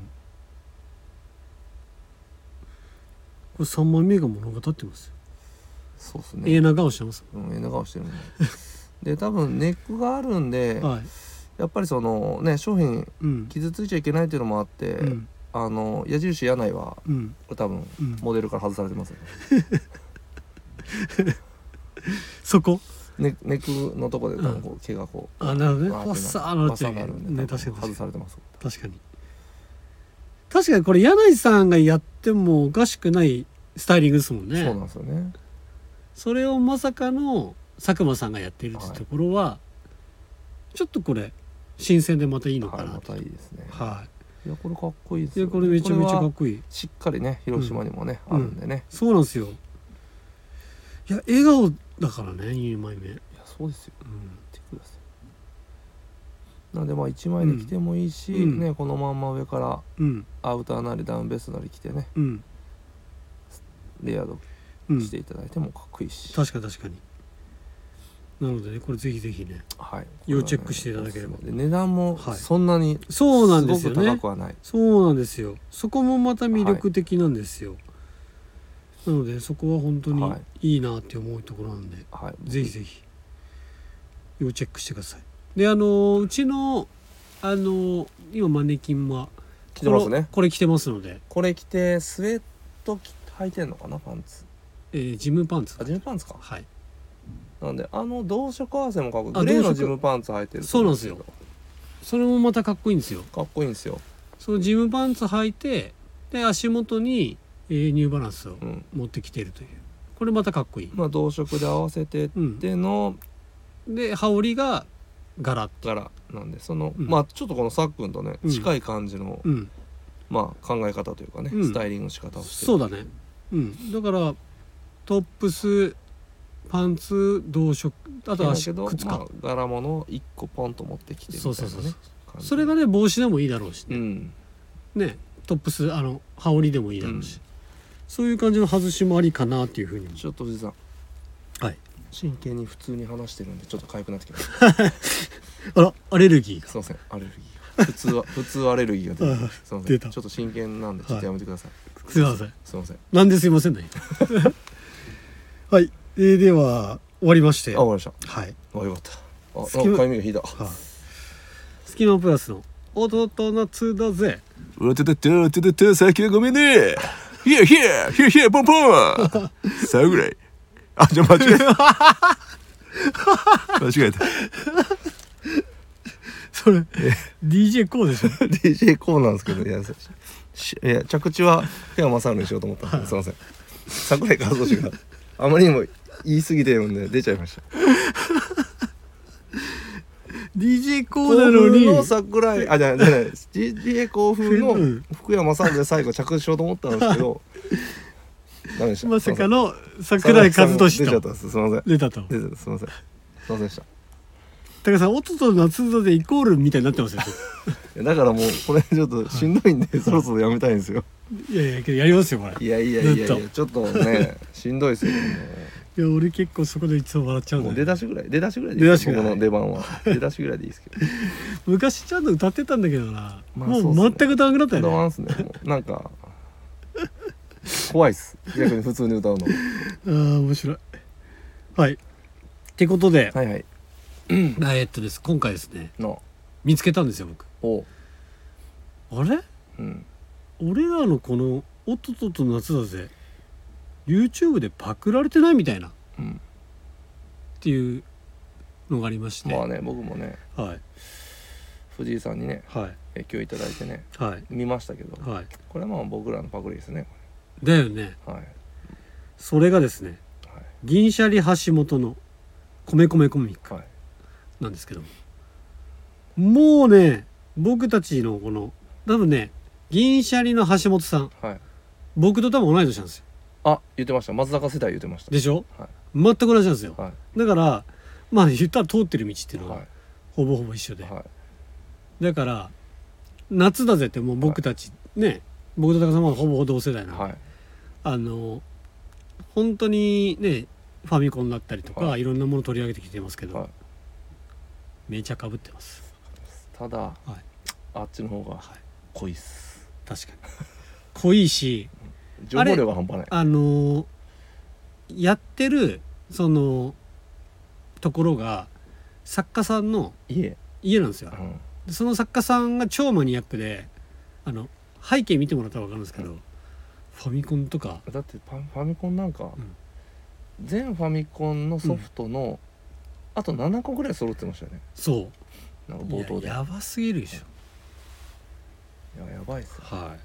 Speaker 1: これ3枚目が物語ってますよ
Speaker 2: そうっすね
Speaker 1: ええな顔してます
Speaker 2: うん、ええな顔してるねで多分ネックがあるんで
Speaker 1: はい
Speaker 2: やっぱりそのね商品
Speaker 1: うん
Speaker 2: 傷ついちゃいけないっていうのもあって、
Speaker 1: うん
Speaker 2: あの矢印やないは
Speaker 1: うん
Speaker 2: これ多分
Speaker 1: うん
Speaker 2: モデルから外されてますよね、
Speaker 1: そこ
Speaker 2: ネネックのとこで多分こう毛がこう
Speaker 1: あなるほどね
Speaker 2: わーって
Speaker 1: ファッサー
Speaker 2: な
Speaker 1: の
Speaker 2: わっ
Speaker 1: って
Speaker 2: さ
Speaker 1: て
Speaker 2: なるんで、
Speaker 1: ね
Speaker 2: 多分
Speaker 1: 確かに確
Speaker 2: 外
Speaker 1: か
Speaker 2: されてます
Speaker 1: に確かに確かにこれ柳井さんがやってもおかしくないスタイリングですもんね
Speaker 2: そうなんですよね
Speaker 1: それをまさかの佐久間さんがやってるってところは、ちょっとこれ新鮮でまたいいのか
Speaker 2: はい
Speaker 1: な
Speaker 2: ま
Speaker 1: と、
Speaker 2: たいいですね、、
Speaker 1: はい
Speaker 2: やこれかっこいいです
Speaker 1: い、い
Speaker 2: よ、
Speaker 1: や
Speaker 2: ね、
Speaker 1: これめちゃめちゃか
Speaker 2: こ
Speaker 1: っこいい
Speaker 2: れはしっかりね広島にもね、
Speaker 1: うん
Speaker 2: あるんでね
Speaker 1: そうなんですよいや笑顔だからね2枚目、うん、
Speaker 2: いやそうですよ見てくださいなんでまあ1枚で着てもいいし、
Speaker 1: うん
Speaker 2: ねこのまんま上から
Speaker 1: うん
Speaker 2: アウターなりダウンベストなり着てね
Speaker 1: うん
Speaker 2: レイヤード
Speaker 1: うん
Speaker 2: していただいてもかっこいいし、
Speaker 1: 確かに確かになのでねこれぜひぜひね
Speaker 2: はい、
Speaker 1: 要チェックしていただければ
Speaker 2: おすすめで値段も
Speaker 1: はい
Speaker 2: そんなに
Speaker 1: そうなんですよ
Speaker 2: ごく高
Speaker 1: ね
Speaker 2: くはない
Speaker 1: そうなんですよそこもまた魅力的なんですよ、なのでそこは本当に
Speaker 2: はい
Speaker 1: いいなって思うところなんで、
Speaker 2: はい
Speaker 1: ぜひぜひ要チェックしてくださいであのうちのあの今マネキンは
Speaker 2: 着てます
Speaker 1: これ
Speaker 2: ね
Speaker 1: これ着てますので、
Speaker 2: これ着てスウェット着履いてんのかなパンツ
Speaker 1: えージムパンツ
Speaker 2: あジムパンツか
Speaker 1: はい
Speaker 2: なんであの同色合わせもかっこいい
Speaker 1: あ
Speaker 2: グレー
Speaker 1: 同
Speaker 2: の
Speaker 1: 色
Speaker 2: ジムパンツ履いてる
Speaker 1: そうなんですよそれもまたかっこいいんですよ
Speaker 2: かっこいいんですよ、
Speaker 1: そのジムパンツ履いてで足元に、えーニューバランスを
Speaker 2: うん、
Speaker 1: 持ってきてるというこれまたかっこいい、
Speaker 2: まあ同色で合わせてっ
Speaker 1: うん、
Speaker 2: ての
Speaker 1: で羽織が柄
Speaker 2: 柄なんでその、
Speaker 1: うん
Speaker 2: まあちょっとこのさっくんとね
Speaker 1: うん
Speaker 2: 近い感じの、
Speaker 1: うん
Speaker 2: まあ考え方というかね、
Speaker 1: うん
Speaker 2: スタイリングの仕方をして
Speaker 1: そうだねうんだからトップスパンツ同色あ
Speaker 2: あ
Speaker 1: と
Speaker 2: と
Speaker 1: は
Speaker 2: だ
Speaker 1: 足
Speaker 2: けど、
Speaker 1: 靴か、
Speaker 2: まあ、柄物を1個ポンと持ってきてみたいな
Speaker 1: そ
Speaker 2: ね
Speaker 1: うそうそうそう
Speaker 2: 感じ
Speaker 1: それがね帽子でもいいだろうし
Speaker 2: う
Speaker 1: ね,、
Speaker 2: ん
Speaker 1: ねトップスあの羽織でもいいだろうし、そういう感じの外しもありかなっていうふうに
Speaker 2: ちょっと藤井さん
Speaker 1: はい
Speaker 2: 真剣に普通に話してるんでちょっと痒くな ってきました
Speaker 1: あらアレルギーが
Speaker 2: すいませんアレルギーが普通 は普通アレルギーが出て
Speaker 1: あ
Speaker 2: るすいませ
Speaker 1: 出
Speaker 2: ん
Speaker 1: た
Speaker 2: ちょっと真剣なんでちょっとやめてください、
Speaker 1: すいません
Speaker 2: すいませんあ
Speaker 1: なんですいませ んねはい、えーでは終わりまして
Speaker 2: 終
Speaker 1: は
Speaker 2: わり
Speaker 1: い
Speaker 2: ましたあよかったあ
Speaker 1: 隙間
Speaker 2: なんか痒みが引いた
Speaker 1: はいスキマプラスの「弟のつだぜ
Speaker 2: うわてててうわててて最近はごめんねヒヤヒヤヒヤヒヤポンポン最後ぐらいあじゃ間違えた間違えた」
Speaker 1: それ DJ こう でしょ
Speaker 2: DJ こうなんですけどいやしいや着地は福山雅治にしようと思ったんですすいません桜井和寿があまりにも言い過ぎてるんで出ちゃいました
Speaker 1: DJ コ
Speaker 2: 甲
Speaker 1: ーなの
Speaker 2: 府
Speaker 1: に
Speaker 2: の桜井あじゃじゃない DJ 甲府
Speaker 1: う
Speaker 2: の
Speaker 1: ん
Speaker 2: 福山さんで最後着地しようと思ったんですけどダメでした
Speaker 1: まさかの
Speaker 2: すいま
Speaker 1: 桜
Speaker 2: せ
Speaker 1: 井
Speaker 2: ん桜
Speaker 1: 和
Speaker 2: 井
Speaker 1: 俊
Speaker 2: さん出ちゃ
Speaker 1: と
Speaker 2: ったんですすいません
Speaker 1: 出たと
Speaker 2: 出てすみません。すみませんでした。い
Speaker 1: 高橋さん音と夏のでイコールみたいになってますよ
Speaker 2: やだからもうこれちょっとしんどいんで、そろそろやめたいんですよ。
Speaker 1: いやいやけどやりますよこれ
Speaker 2: いやいやいやい
Speaker 1: ずっ
Speaker 2: やちょっとねしんどいですよ、ね。
Speaker 1: いや俺結構そこでいつも笑っちゃうん
Speaker 2: も
Speaker 1: だ
Speaker 2: う出
Speaker 1: よ
Speaker 2: だしぐらい出だしぐらいでいいですよ
Speaker 1: 出だしぐらい
Speaker 2: 僕の出 番は出だしぐらいでいいですけど。
Speaker 1: 昔ちゃんと歌ってたんだけどな、
Speaker 2: まあ
Speaker 1: も
Speaker 2: そ
Speaker 1: う
Speaker 2: うっすね
Speaker 1: 全く歌わなくなった
Speaker 2: 歌わ
Speaker 1: よ
Speaker 2: んすね。もうなんか怖いっす。逆に普通に歌うの。
Speaker 1: ねああ面白いはいってことで、
Speaker 2: はいはい。
Speaker 1: あえっとです今回ですね
Speaker 2: の
Speaker 1: 見つけたんですよ僕
Speaker 2: お
Speaker 1: あれ
Speaker 2: うん。
Speaker 1: 俺らのこの「おっとっとっと夏だぜ」YouTube でパクられてないみたいなっ
Speaker 2: うん、
Speaker 1: ていうのがありまして、
Speaker 2: まあね僕もね
Speaker 1: はい
Speaker 2: 藤井さんにね
Speaker 1: はい
Speaker 2: 影響いただいてね
Speaker 1: はい
Speaker 2: 見ましたけど
Speaker 1: はい
Speaker 2: これはまあ僕らのパクリですね
Speaker 1: だよね
Speaker 2: はいはい
Speaker 1: それがですね銀シャリ橋本の「米米コミック
Speaker 2: はい」
Speaker 1: なんですけどもうね僕たちのこの多分ね銀シャリの橋本さん
Speaker 2: はい
Speaker 1: 僕と多分同い年なんですよ
Speaker 2: あ言ってました松坂世代言ってました
Speaker 1: でしょ
Speaker 2: はい
Speaker 1: 全く同じなんですよ
Speaker 2: は
Speaker 1: だからまあ言ったら通ってる道ってい
Speaker 2: いう
Speaker 1: の
Speaker 2: は
Speaker 1: はほぼほぼ一緒
Speaker 2: い
Speaker 1: で、
Speaker 2: はい
Speaker 1: だから夏だぜってもう僕たち、ね僕と高さんはほぼ同世代なので、
Speaker 2: はい
Speaker 1: あの本当にねファミコンだったりとか、、
Speaker 2: はい
Speaker 1: ろんなもの取り上げてきてますけど、
Speaker 2: はい
Speaker 1: めちゃかぶってます
Speaker 2: ただ、
Speaker 1: い
Speaker 2: あっちの方が
Speaker 1: い
Speaker 2: 濃いっす
Speaker 1: 確かに濃いし
Speaker 2: 情報量が半端ない
Speaker 1: あのやってるそのところが作家さんの
Speaker 2: いえ、
Speaker 1: 家なんですよ
Speaker 2: うん、
Speaker 1: でその作家さんが超マニアックであの背景見てもらったら分かるんですけど、
Speaker 2: う
Speaker 1: ファミコンとか
Speaker 2: だってパファミコンなんか、
Speaker 1: ん
Speaker 2: 全ファミコンのソフトの、あと7個ぐらい揃ってましたよね
Speaker 1: そ
Speaker 2: なん
Speaker 1: う
Speaker 2: か冒頭で
Speaker 1: い
Speaker 2: い
Speaker 1: や
Speaker 2: や
Speaker 1: やばすぎるでしょ
Speaker 2: やばいっすよ
Speaker 1: は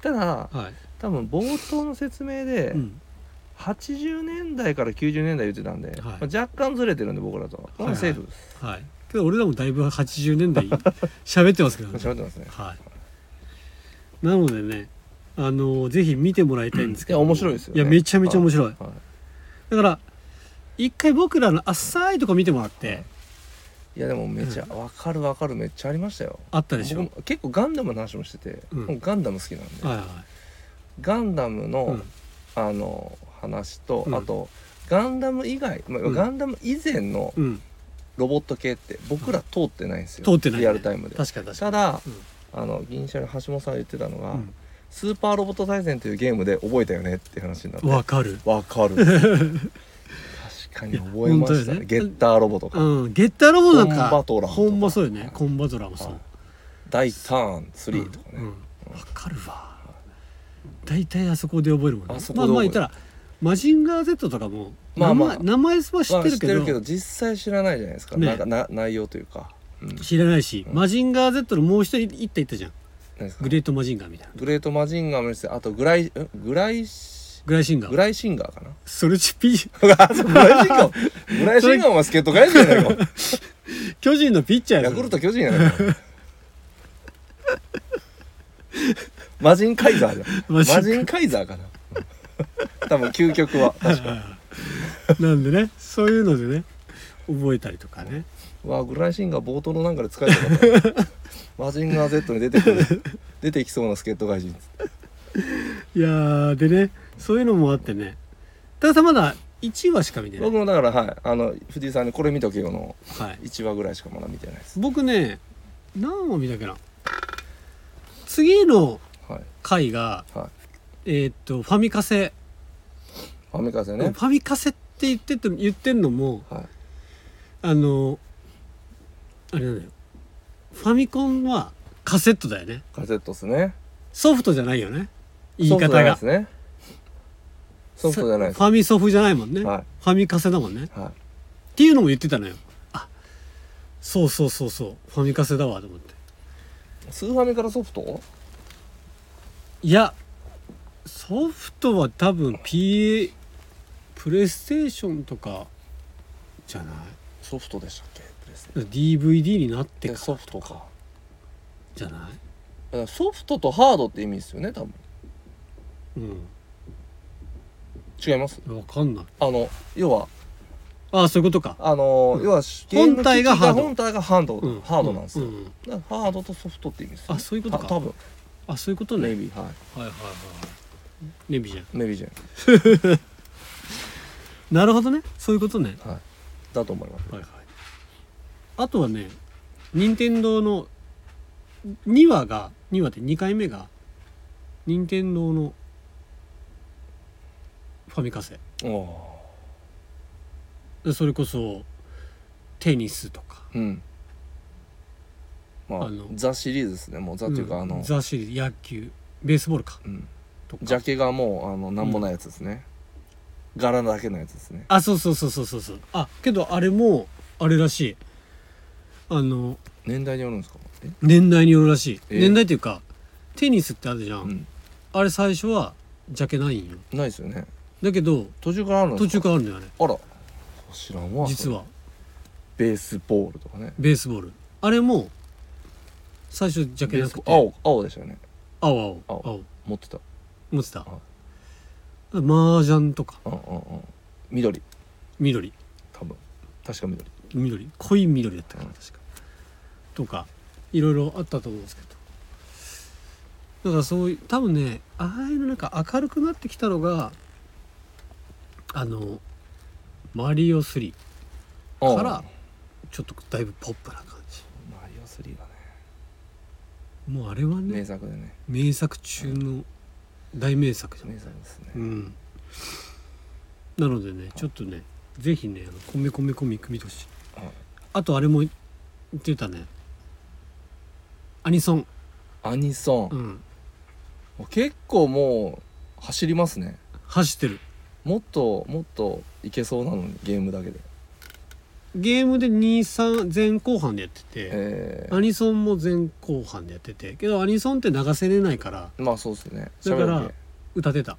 Speaker 2: ただ
Speaker 1: いはい、
Speaker 2: 多分冒頭の説明で、
Speaker 1: うん、
Speaker 2: 80年代から90年代言ってたんで、
Speaker 1: い
Speaker 2: まあ、若干ずれてるんで僕らとは、ま
Speaker 1: はいは
Speaker 2: あ、
Speaker 1: い
Speaker 2: セーフです
Speaker 1: はいけど俺らもだいぶ80年代喋ってますけどね
Speaker 2: 喋ってますね
Speaker 1: はいなのでねあのぜひ見てもらいたいんですけど
Speaker 2: いや面白いですよね
Speaker 1: いやめちゃめちゃ面白い、
Speaker 2: はい
Speaker 1: だから一回僕らの浅いとこ見てもらって、
Speaker 2: はいいやでもめちゃわかるわかるめっちゃありましたよ
Speaker 1: あったでしょはい
Speaker 2: 僕も結構ガンダムの話もしてて、
Speaker 1: うん
Speaker 2: 僕ガンダム好きなんで、
Speaker 1: はい
Speaker 2: ガンダムの、
Speaker 1: うん
Speaker 2: あの話と、
Speaker 1: うん
Speaker 2: あとガンダム以外、まあ
Speaker 1: うん
Speaker 2: ガンダム以前の
Speaker 1: うん
Speaker 2: ロボット系って僕ら通ってないんですよ、
Speaker 1: 通ってないね
Speaker 2: リアルタイムで
Speaker 1: 確かに確か
Speaker 2: た
Speaker 1: に
Speaker 2: だ、
Speaker 1: うん
Speaker 2: あの銀シャリ橋本さんが言ってたのが、
Speaker 1: うん
Speaker 2: スーパーロボット大戦」というゲームで覚えたよねっていう話になって
Speaker 1: わかる
Speaker 2: わかる確か
Speaker 1: い
Speaker 2: に覚えま
Speaker 1: や本当
Speaker 2: した
Speaker 1: だ
Speaker 2: ね
Speaker 1: よね
Speaker 2: ゲッターロボとか、
Speaker 1: うんゲッターロボなんか
Speaker 2: コンバトラーとか
Speaker 1: ほんまそうよねコンバトラーもそう、
Speaker 2: はい大ターン3とかね、
Speaker 1: うんうんわかるわ大体あそこで覚えるもんね
Speaker 2: あそこ
Speaker 1: まあ
Speaker 2: で
Speaker 1: まあ
Speaker 2: 覚
Speaker 1: 言
Speaker 2: える
Speaker 1: ったらマジンガー Z とかも
Speaker 2: まあまあ
Speaker 1: 名前名前は知
Speaker 2: ま
Speaker 1: っ
Speaker 2: あ
Speaker 1: てるけど,、
Speaker 2: 実際知らないじゃないですか,、
Speaker 1: ね
Speaker 2: なんかな内容というか,、うん、なん
Speaker 1: 知らないし、
Speaker 2: うん
Speaker 1: マジンガー Z のもう一人一体いったじゃん
Speaker 2: ですか
Speaker 1: グレートマジンガーみたいな
Speaker 2: グレートマジンガーもですあとグライんグライシ
Speaker 1: グライシンガ
Speaker 2: グ
Speaker 1: ー
Speaker 2: ライシンガーかな
Speaker 1: それちピ
Speaker 2: あそうグライシンガーグライシンガーは助っ人ガイじゃないか
Speaker 1: 巨人のピッチャーや
Speaker 2: ヤ
Speaker 1: そ
Speaker 2: ク
Speaker 1: れ
Speaker 2: ルト巨人やないかマジンカイザーだ
Speaker 1: マ
Speaker 2: マ
Speaker 1: ジン
Speaker 2: ジンカイザーかな多分究極は確か
Speaker 1: なんでねそういうのでね覚えたりとかね
Speaker 2: うわあグライシンガー冒頭のなんかで使えたかったマジンガー Z に出てくる出てきそうな助っ人外人
Speaker 1: いやーでねそういうのもあってねたださまだ1話しか見てない、
Speaker 2: 僕もだからはいあの藤井さんにこれ見とけよの
Speaker 1: はい、
Speaker 2: 1話ぐらいしかまだ見てないです
Speaker 1: 僕ね何を見たっけな次の
Speaker 2: はい
Speaker 1: 回が
Speaker 2: はい
Speaker 1: えーっとファミカセ、
Speaker 2: アメリカ戦
Speaker 1: フ
Speaker 2: ね
Speaker 1: ァミカセって言ってて言ってんのも
Speaker 2: はい
Speaker 1: あのあれなんだよファミコンはカセットだよね
Speaker 2: カセットですね
Speaker 1: ソフトじゃないよね言い方が
Speaker 2: ソフトじゃないですねソフトじゃないです
Speaker 1: ファミソフじゃないもんね、
Speaker 2: はい
Speaker 1: ファミカセだもんねっ
Speaker 2: は
Speaker 1: ていうのも言ってたのよあそうそうそうそうファミカセだわと思って
Speaker 2: いスーファミからソフト
Speaker 1: いやソフトは多分 PA ププレイステーションとかじゃない
Speaker 2: ソフトでしたっけプレステ
Speaker 1: DVD になって
Speaker 2: で
Speaker 1: か
Speaker 2: ソフトか
Speaker 1: じゃな
Speaker 2: だからソフトとハードって意味ですよね多分
Speaker 1: い
Speaker 2: 違います
Speaker 1: うんわかんない
Speaker 2: あの要は
Speaker 1: ああそういうことか
Speaker 2: あの、
Speaker 1: うん
Speaker 2: 要はゲーム機
Speaker 1: 本体がハード
Speaker 2: 本体がハード、
Speaker 1: うん
Speaker 2: ハードなんですよ、
Speaker 1: うう
Speaker 2: だからハードとソフトって意味ですよ
Speaker 1: あそういうことか
Speaker 2: た多分
Speaker 1: あそういうことね
Speaker 2: ネイビーはい
Speaker 1: はいはいはいネビじゃん
Speaker 2: ネイビーじゃ
Speaker 1: なるほどねそういうことね
Speaker 2: んはいだと思います
Speaker 1: はいはいあとはね任天堂の2話が2話で2回目が任天堂のファミカセ
Speaker 2: お
Speaker 1: でそれこそテニスとか
Speaker 2: ーうんまあ
Speaker 1: あの
Speaker 2: ザシリーズですねもうザっていうか、あの
Speaker 1: 雑誌野球ベースボールか
Speaker 2: うん
Speaker 1: とか
Speaker 2: ジャケがもうあのなんもないやつですね、柄だけのやつですね
Speaker 1: あそうそうそうそうそうそうあけどあれもあれらしいあの
Speaker 2: 年代によるんですかえ
Speaker 1: 年代によるらしい、
Speaker 2: えー
Speaker 1: 年代っていうかテニスってあるじゃん、
Speaker 2: うん
Speaker 1: あれ最初はジャケないんよ
Speaker 2: ないですよね
Speaker 1: だけど
Speaker 2: 途中からあるんで
Speaker 1: 途
Speaker 2: す
Speaker 1: 中
Speaker 2: か
Speaker 1: からあるんだよね
Speaker 2: あら知らんわ
Speaker 1: 実は
Speaker 2: ベースボールとかね
Speaker 1: ベースボールあれも最初ジャケなくて
Speaker 2: ベース青青でしたよね
Speaker 1: 青青青
Speaker 2: 青持ってた
Speaker 1: 持ってた
Speaker 2: は
Speaker 1: 麻雀とか
Speaker 2: うんうんうん緑
Speaker 1: 緑
Speaker 2: 多分確か緑
Speaker 1: 緑濃い緑だったかな
Speaker 2: うん
Speaker 1: 確かとかいろいろあったと思うんですけどだからそういう多分ねああいうのなんか明るくなってきたのがあの「マリオ3」
Speaker 2: うん
Speaker 1: からちょっとだいぶポップな感じ
Speaker 2: マリオ3はね
Speaker 1: もうあれはね
Speaker 2: 名作でね
Speaker 1: 名作中の大名作じゃん
Speaker 2: 名作ですね、
Speaker 1: うんなのでねちょっとねぜひねあのコメコメコミ組みとし
Speaker 2: はい
Speaker 1: あとあれも言ってたねアニソン、
Speaker 2: アニソン
Speaker 1: う、ん、
Speaker 2: もう結構もう走りますね
Speaker 1: 走ってる
Speaker 2: もっともっといけそうなのにゲームだけで
Speaker 1: ゲームで23前後半でやってて
Speaker 2: ええ
Speaker 1: アニソンも前後半でやっててけどアニソンって流せれないから
Speaker 2: まあそうですね
Speaker 1: だから
Speaker 2: 喋るだけ
Speaker 1: 歌ってた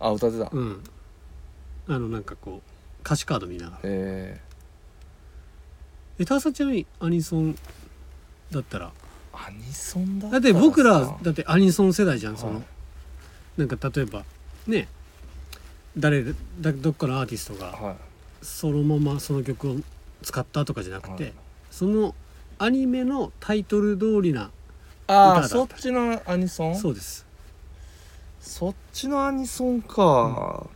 Speaker 2: あ歌ってた、
Speaker 1: うんあのなんかこう歌詞カード見ながら
Speaker 2: え
Speaker 1: えタワさんちなみにアニソンだったら
Speaker 2: えアニソンだった
Speaker 1: だっ
Speaker 2: さ
Speaker 1: て僕らだってアニソン世代じゃんその、
Speaker 2: はい
Speaker 1: なんか例えばね誰だどっかのアーティストが
Speaker 2: は
Speaker 1: そのままその曲を使ったとかじゃなくて、
Speaker 2: はい
Speaker 1: そのアニメのタイトル通りない
Speaker 2: あ
Speaker 1: 歌だった
Speaker 2: あそっちのアニソン
Speaker 1: そうです
Speaker 2: そっちのアニソンか、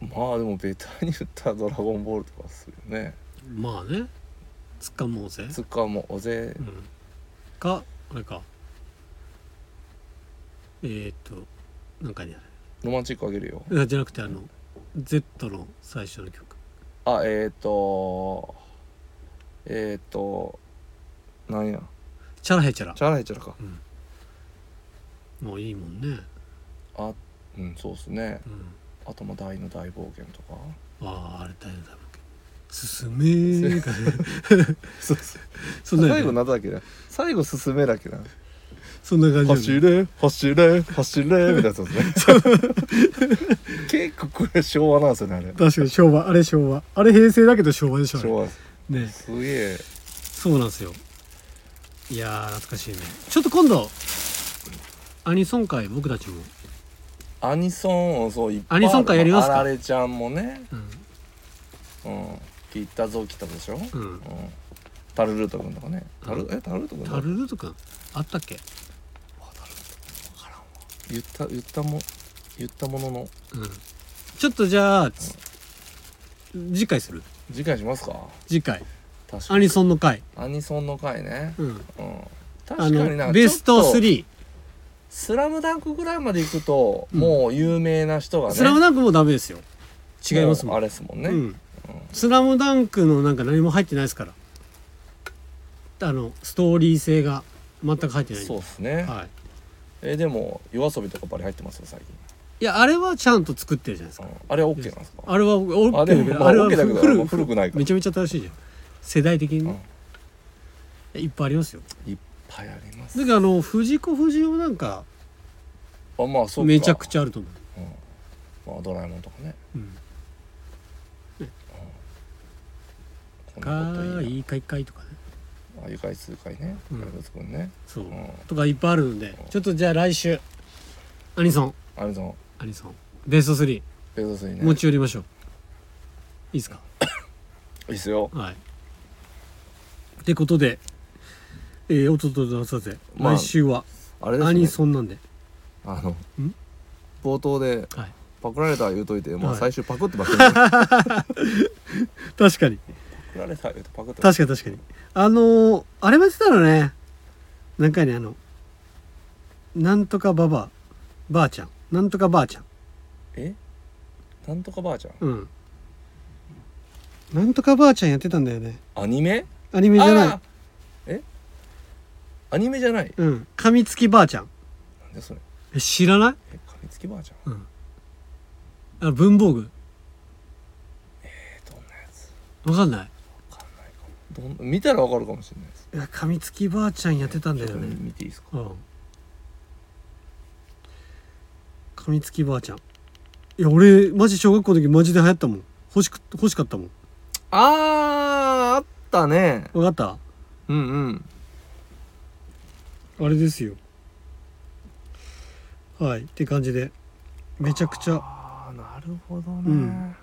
Speaker 2: まあでもベタに言ったら「ドラゴンボール」とかするよね
Speaker 1: まあねつかもうぜ、
Speaker 2: つっかもうおぜ
Speaker 1: うん、かあれかえー、っとなんかね
Speaker 2: ロマンチックあげるよ
Speaker 1: あじゃなくてあの Z の最初の曲
Speaker 2: あえっ、ー、とえっ、ー、となんや
Speaker 1: チャラヘチャラ
Speaker 2: チャラヘチャラか
Speaker 1: もういいもんね、
Speaker 2: あうんそうっすね
Speaker 1: うん、
Speaker 2: あとまあ大の大冒険とか
Speaker 1: あああれ大変だもん進めーかね
Speaker 2: そうそう
Speaker 1: そんな
Speaker 2: 最
Speaker 1: よね
Speaker 2: 後なんだっけな最後進めだっけな
Speaker 1: そんな感じよ
Speaker 2: 走
Speaker 1: ね
Speaker 2: れ走れ走れみたいなやつですね 結構これ昭和なんですよねあれ
Speaker 1: 確かに昭和あれ昭和あれ平成だけど昭和でしょあれ
Speaker 2: 昭和
Speaker 1: ね
Speaker 2: すげえ
Speaker 1: そうなんですよいやー懐かしいねちょっと今度アニソン会僕たちも、
Speaker 2: アニソンをそういっぱ
Speaker 1: ア
Speaker 2: い
Speaker 1: ニソン会やりますか
Speaker 2: あられちゃんもね
Speaker 1: うん
Speaker 2: うん聞いたぞ来たでしょ、うん
Speaker 1: うん、
Speaker 2: タルルート君とかねタルえタルルート君
Speaker 1: タルルとかあったっけ
Speaker 2: 言った言ったも言ったものの
Speaker 1: うんちょっとじゃあ、つ次回する
Speaker 2: 次回しますか
Speaker 1: 次回
Speaker 2: 確か
Speaker 1: ア
Speaker 2: に
Speaker 1: ニソンの回、
Speaker 2: アニソンの回ね
Speaker 1: うん、
Speaker 2: うん確か
Speaker 1: あ
Speaker 2: になんか
Speaker 1: のベスト
Speaker 2: ちょっと
Speaker 1: 3
Speaker 2: スラムダンクぐらいまで行くと、
Speaker 1: うん
Speaker 2: もう有名な人がね
Speaker 1: スラムダンクもダメですよ違いますもん
Speaker 2: うあれですもんね、
Speaker 1: うん、スラムダンクのなんか何も入ってないですからあのストーリー性が全く入ってない
Speaker 2: そうですね、
Speaker 1: はい、
Speaker 2: えーでも夜遊びとかバリ入ってますよ最近、
Speaker 1: いやあれはちゃんと作ってるじゃないです
Speaker 2: う
Speaker 1: か
Speaker 2: んあれは OK なんですか
Speaker 1: あれは OK
Speaker 2: あ
Speaker 1: だ
Speaker 2: で
Speaker 1: け
Speaker 2: もま
Speaker 1: ど
Speaker 2: あ
Speaker 1: あれは
Speaker 2: OK だけど
Speaker 1: 古
Speaker 2: あんま古くないから
Speaker 1: めちゃめちゃ正しいじゃん世代的にねいっぱいありますよ
Speaker 2: いっぱいあります
Speaker 1: だからあの藤子不二雄なんか
Speaker 2: あまあそうか
Speaker 1: めちゃく
Speaker 2: ゃ、
Speaker 1: ちゃあると思
Speaker 2: うんまあ、ドラえもんとかね
Speaker 1: う、うん、
Speaker 2: こんなこと
Speaker 1: か
Speaker 2: いい
Speaker 1: いいかいかいとかね
Speaker 2: なあ愉快痛快ね
Speaker 1: うん
Speaker 2: 怪物くんね、
Speaker 1: そう、
Speaker 2: うん
Speaker 1: とかいっぱいあるのでちょっとじゃあ来週アニソン
Speaker 2: あれの
Speaker 1: アニソンベスト3
Speaker 2: ベゾスにね
Speaker 1: 持ち寄りましょう、いいですか
Speaker 2: いいっすよ
Speaker 1: はいってことでえー、おとととなさぜ、
Speaker 2: まあ
Speaker 1: 来週は
Speaker 2: あれですね
Speaker 1: アニソンなんで
Speaker 2: あの
Speaker 1: ん
Speaker 2: 冒頭で
Speaker 1: はい
Speaker 2: パクられた言うといて、も
Speaker 1: は
Speaker 2: う
Speaker 1: い
Speaker 2: 最終パクってばっかりパ
Speaker 1: 確かに
Speaker 2: クられた言うとパクってばっか
Speaker 1: 確かに確かにあのー、あれもやってたのね何回ねあのなんとかばばあばあちゃんなんとかばあちゃん
Speaker 2: りえなんとかばあちゃん
Speaker 1: うんなんとかばあちゃんやってたんだよね
Speaker 2: アニメ
Speaker 1: アニメじゃ
Speaker 2: あ
Speaker 1: な
Speaker 2: ーえアニメじゃない
Speaker 1: いうん噛みつきばあちゃん
Speaker 2: なんでそれ
Speaker 1: え知らない
Speaker 2: え噛みつきばあちゃん
Speaker 1: あの文房具
Speaker 2: えどんなやつ
Speaker 1: わかんない
Speaker 2: わかんないかもどん見たらわかるかもしれないです
Speaker 1: いや噛みつきばあちゃんやってたんだよ
Speaker 2: ちょっと
Speaker 1: ね
Speaker 2: 見ていいですか
Speaker 1: うん噛みつきばあちゃんいや俺マジ小学校の時マジで流行ったもん欲しく欲しかったもん
Speaker 2: あーあったね
Speaker 1: わかった
Speaker 2: うんうん
Speaker 1: あれですよはいって感じでめちゃくちゃ
Speaker 2: ああなるほどね、
Speaker 1: うん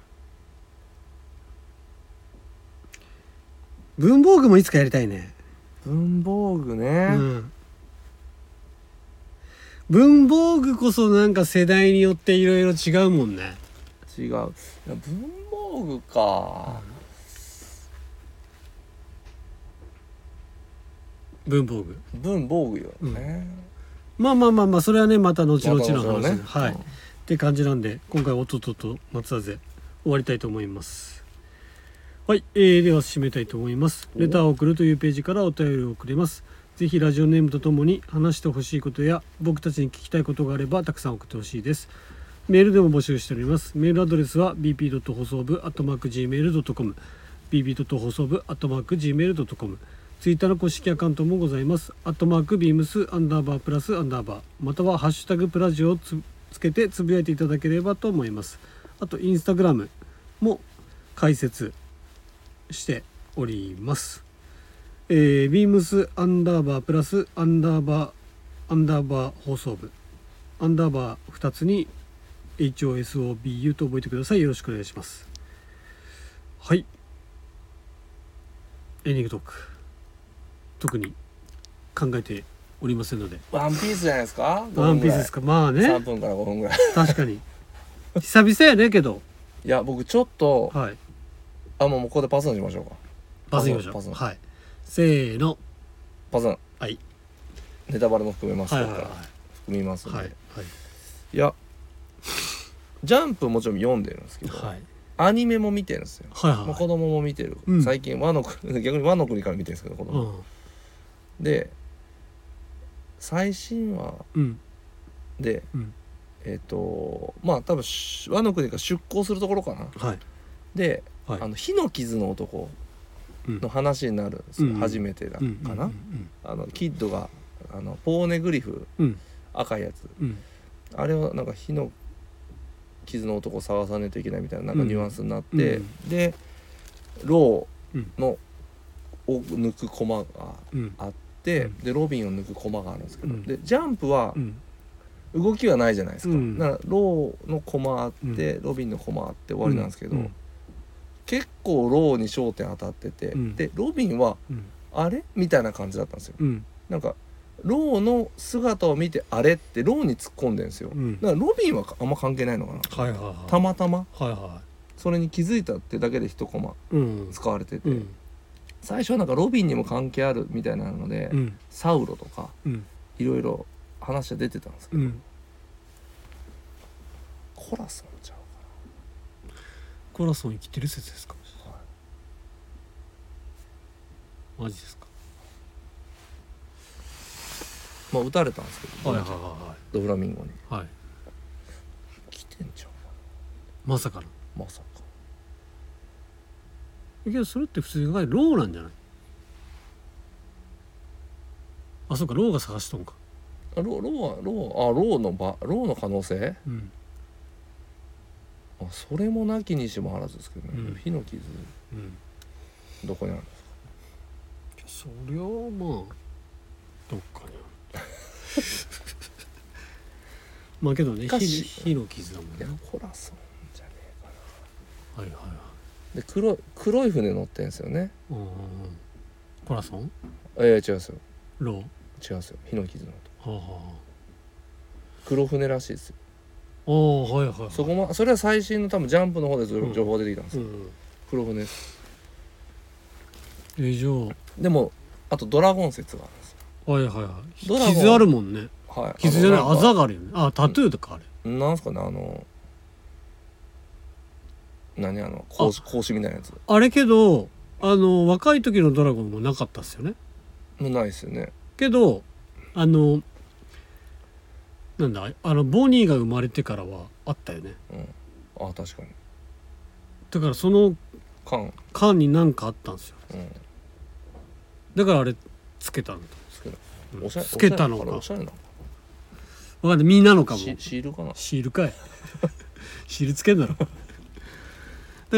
Speaker 1: 文房具もいつかやりたいね、
Speaker 2: 文房具
Speaker 1: う
Speaker 2: ね、
Speaker 1: ん、文房具こそなんか世代によっていろいろ違うもんね
Speaker 2: 違ういや文房具か、
Speaker 1: 文房具
Speaker 2: 文房具よね、
Speaker 1: まあまあまあまあそれはねまた後々の
Speaker 2: また
Speaker 1: 話
Speaker 2: 後々
Speaker 1: で、
Speaker 2: ね
Speaker 1: はい、
Speaker 2: うん
Speaker 1: って感じなんで今回はととと松田勢終わりたいと思いますはい、えー、では締めたいと思います
Speaker 2: お
Speaker 1: レターを送るというページからお便りを送れますぜひラジオネームとともに話してほしいことや僕たちに聞きたいことがあればたくさん送ってほしいですメールでも募集しておりますメールアドレスは bp. 放送部 atmarkgmail.com bb. 放送部 atmarkgmail.com ツイッターの公式アカウントもございます。アットマークビームスアンダーバープラスアンダーバーまたはハッシュタグプラジオをつつけてつぶやいていただければと思います。あとインスタグラムも解説しております。えー、ビームスアンダーバープラスアンダーバーアンダーバー放送部アンダーバー2つに HOSOBU と覚えてください。よろしくお願いします。はい。エンディングトーク。特に考えておりませんので。
Speaker 2: ワンピースじゃないですか
Speaker 1: ワンピースです
Speaker 2: か
Speaker 1: か。まあ
Speaker 2: 3
Speaker 1: ね。
Speaker 2: 分から5分ぐらい
Speaker 1: 確かに。久々やねけど。
Speaker 2: いや僕ちょっと
Speaker 1: はい。
Speaker 2: あもうここでパスンしましょうか
Speaker 1: パズンいきま
Speaker 2: パ
Speaker 1: し
Speaker 2: ズ
Speaker 1: ょう。
Speaker 2: ン
Speaker 1: はい。せーの。
Speaker 2: パスン
Speaker 1: はい。
Speaker 2: ネタバレも含めます
Speaker 1: はい
Speaker 2: か
Speaker 1: は
Speaker 2: ら、
Speaker 1: いはい。
Speaker 2: 含みますんで、
Speaker 1: はい
Speaker 2: い、。やジャンプもちろん読んでるんですけど、
Speaker 1: はい。はい。
Speaker 2: アニメも見てるんですよ、
Speaker 1: はい
Speaker 2: まあ、
Speaker 1: は
Speaker 2: 子供も見てる、
Speaker 1: うん
Speaker 2: 最近和の国 逆に和の国から見てるんですけど子
Speaker 1: い。う
Speaker 2: 供、
Speaker 1: ん。
Speaker 2: で最新話
Speaker 1: うん。
Speaker 2: で
Speaker 1: うん。
Speaker 2: えっ、とまあ多分し和の国が出航するところかな
Speaker 1: はい。
Speaker 2: で、
Speaker 1: はい
Speaker 2: あの火の傷の男
Speaker 1: うん
Speaker 2: の話になるんですよ、
Speaker 1: うん
Speaker 2: 初めてだか
Speaker 1: うん。
Speaker 2: な、
Speaker 1: うん。
Speaker 2: あのキッドがあのポーネグリフ
Speaker 1: うん。
Speaker 2: 赤いやつ
Speaker 1: うん。
Speaker 2: あれはなんか火の傷の男を探さないといけないみたいななんかニュアンスになって、
Speaker 1: うん
Speaker 2: でロ
Speaker 1: うん
Speaker 2: ーのを抜く駒が
Speaker 1: うん。
Speaker 2: あって、
Speaker 1: うん
Speaker 2: でロビンを抜く駒があるんですけど、
Speaker 1: うん
Speaker 2: でジャンプは
Speaker 1: うん。
Speaker 2: 動きはないじゃないですか、
Speaker 1: うん
Speaker 2: だからローの駒あって、ロビンの駒あって終わりなんですけど、
Speaker 1: うん
Speaker 2: 結構ローに焦点当たってて、
Speaker 1: うん
Speaker 2: でロビンは
Speaker 1: うん。
Speaker 2: あれみたいな感じだったんですよ
Speaker 1: うん。
Speaker 2: なんかローの姿を見てあれってローに突っ込んでるんですよ、
Speaker 1: うん
Speaker 2: だからロビンはあんま関係ないのかな
Speaker 1: はいはいはい。
Speaker 2: たまたま
Speaker 1: はいは
Speaker 2: それに気づいたってだけで1コマ
Speaker 1: い。うん。
Speaker 2: 使われてて、
Speaker 1: うん。
Speaker 2: 最初はなんかロビンにも関係あるみたいなので、
Speaker 1: うん。
Speaker 2: サウロとか
Speaker 1: うん。
Speaker 2: いろいろ話が出てたんですけ
Speaker 1: う
Speaker 2: ど、
Speaker 1: ん。
Speaker 2: コラソンちゃう
Speaker 1: コラソン生きてる説ですか。
Speaker 2: かな、
Speaker 1: マジですか。
Speaker 2: まあ撃たれたんですけど、
Speaker 1: はいはいは
Speaker 2: ドフラミンゴ
Speaker 1: い
Speaker 2: に
Speaker 1: はい。はい。
Speaker 2: 来てんちゃうか
Speaker 1: まさかの。
Speaker 2: なまさか
Speaker 1: けどそれって普通に考えてローなんじゃないあそうかローが探しとんか
Speaker 2: あローローはローあローの場ローの可能性
Speaker 1: うん
Speaker 2: あそれもなきにしもあらずですけどね、
Speaker 1: うん
Speaker 2: 火の傷
Speaker 1: うん
Speaker 2: どこにある
Speaker 1: そりゃまあどっかにある まあけどね
Speaker 2: しか
Speaker 1: 火
Speaker 2: し
Speaker 1: 火の傷だもん
Speaker 2: い
Speaker 1: ね
Speaker 2: やこらそうじゃねえかな
Speaker 1: はいはいはい
Speaker 2: で黒い黒い船乗ってんですよね
Speaker 1: うんうんうんコラソン
Speaker 2: あいや違うんですよ
Speaker 1: ローは
Speaker 2: 違うんですよ火の傷のこと
Speaker 1: あ、は
Speaker 2: 黒船らしいですよ
Speaker 1: あ、ああはいはいはい
Speaker 2: そこまそれは最新の多分ジャンプの方でそういう情報が出てきたんです
Speaker 1: う
Speaker 2: よ、
Speaker 1: ん
Speaker 2: 黒船です
Speaker 1: うん以上は
Speaker 2: でもあとドラゴン説があるんですよ
Speaker 1: いはいはい
Speaker 2: ドラゴン
Speaker 1: 傷あるもんね
Speaker 2: はい
Speaker 1: 傷じゃない
Speaker 2: の
Speaker 1: あ
Speaker 2: んか
Speaker 1: ざがあるよねあタトゥーとかあれ
Speaker 2: なんすかねあの何あの格子格子みたいなやつ
Speaker 1: あれけどあの若い時のドラゴンもなかったっすよね
Speaker 2: もうないですよね
Speaker 1: けどあのなんだあのボニーが生まれてからはあったよね
Speaker 2: あ確かに
Speaker 1: だからその
Speaker 2: 缶
Speaker 1: 間に何かあったんですよ
Speaker 2: うん
Speaker 1: だからあれつけたのと
Speaker 2: つけた
Speaker 1: うん
Speaker 2: おしゃれ
Speaker 1: つけたのか
Speaker 2: あれおしゃれな
Speaker 1: わかんないみんなのかも
Speaker 2: シシールかな
Speaker 1: シールかい シールつけんだろだ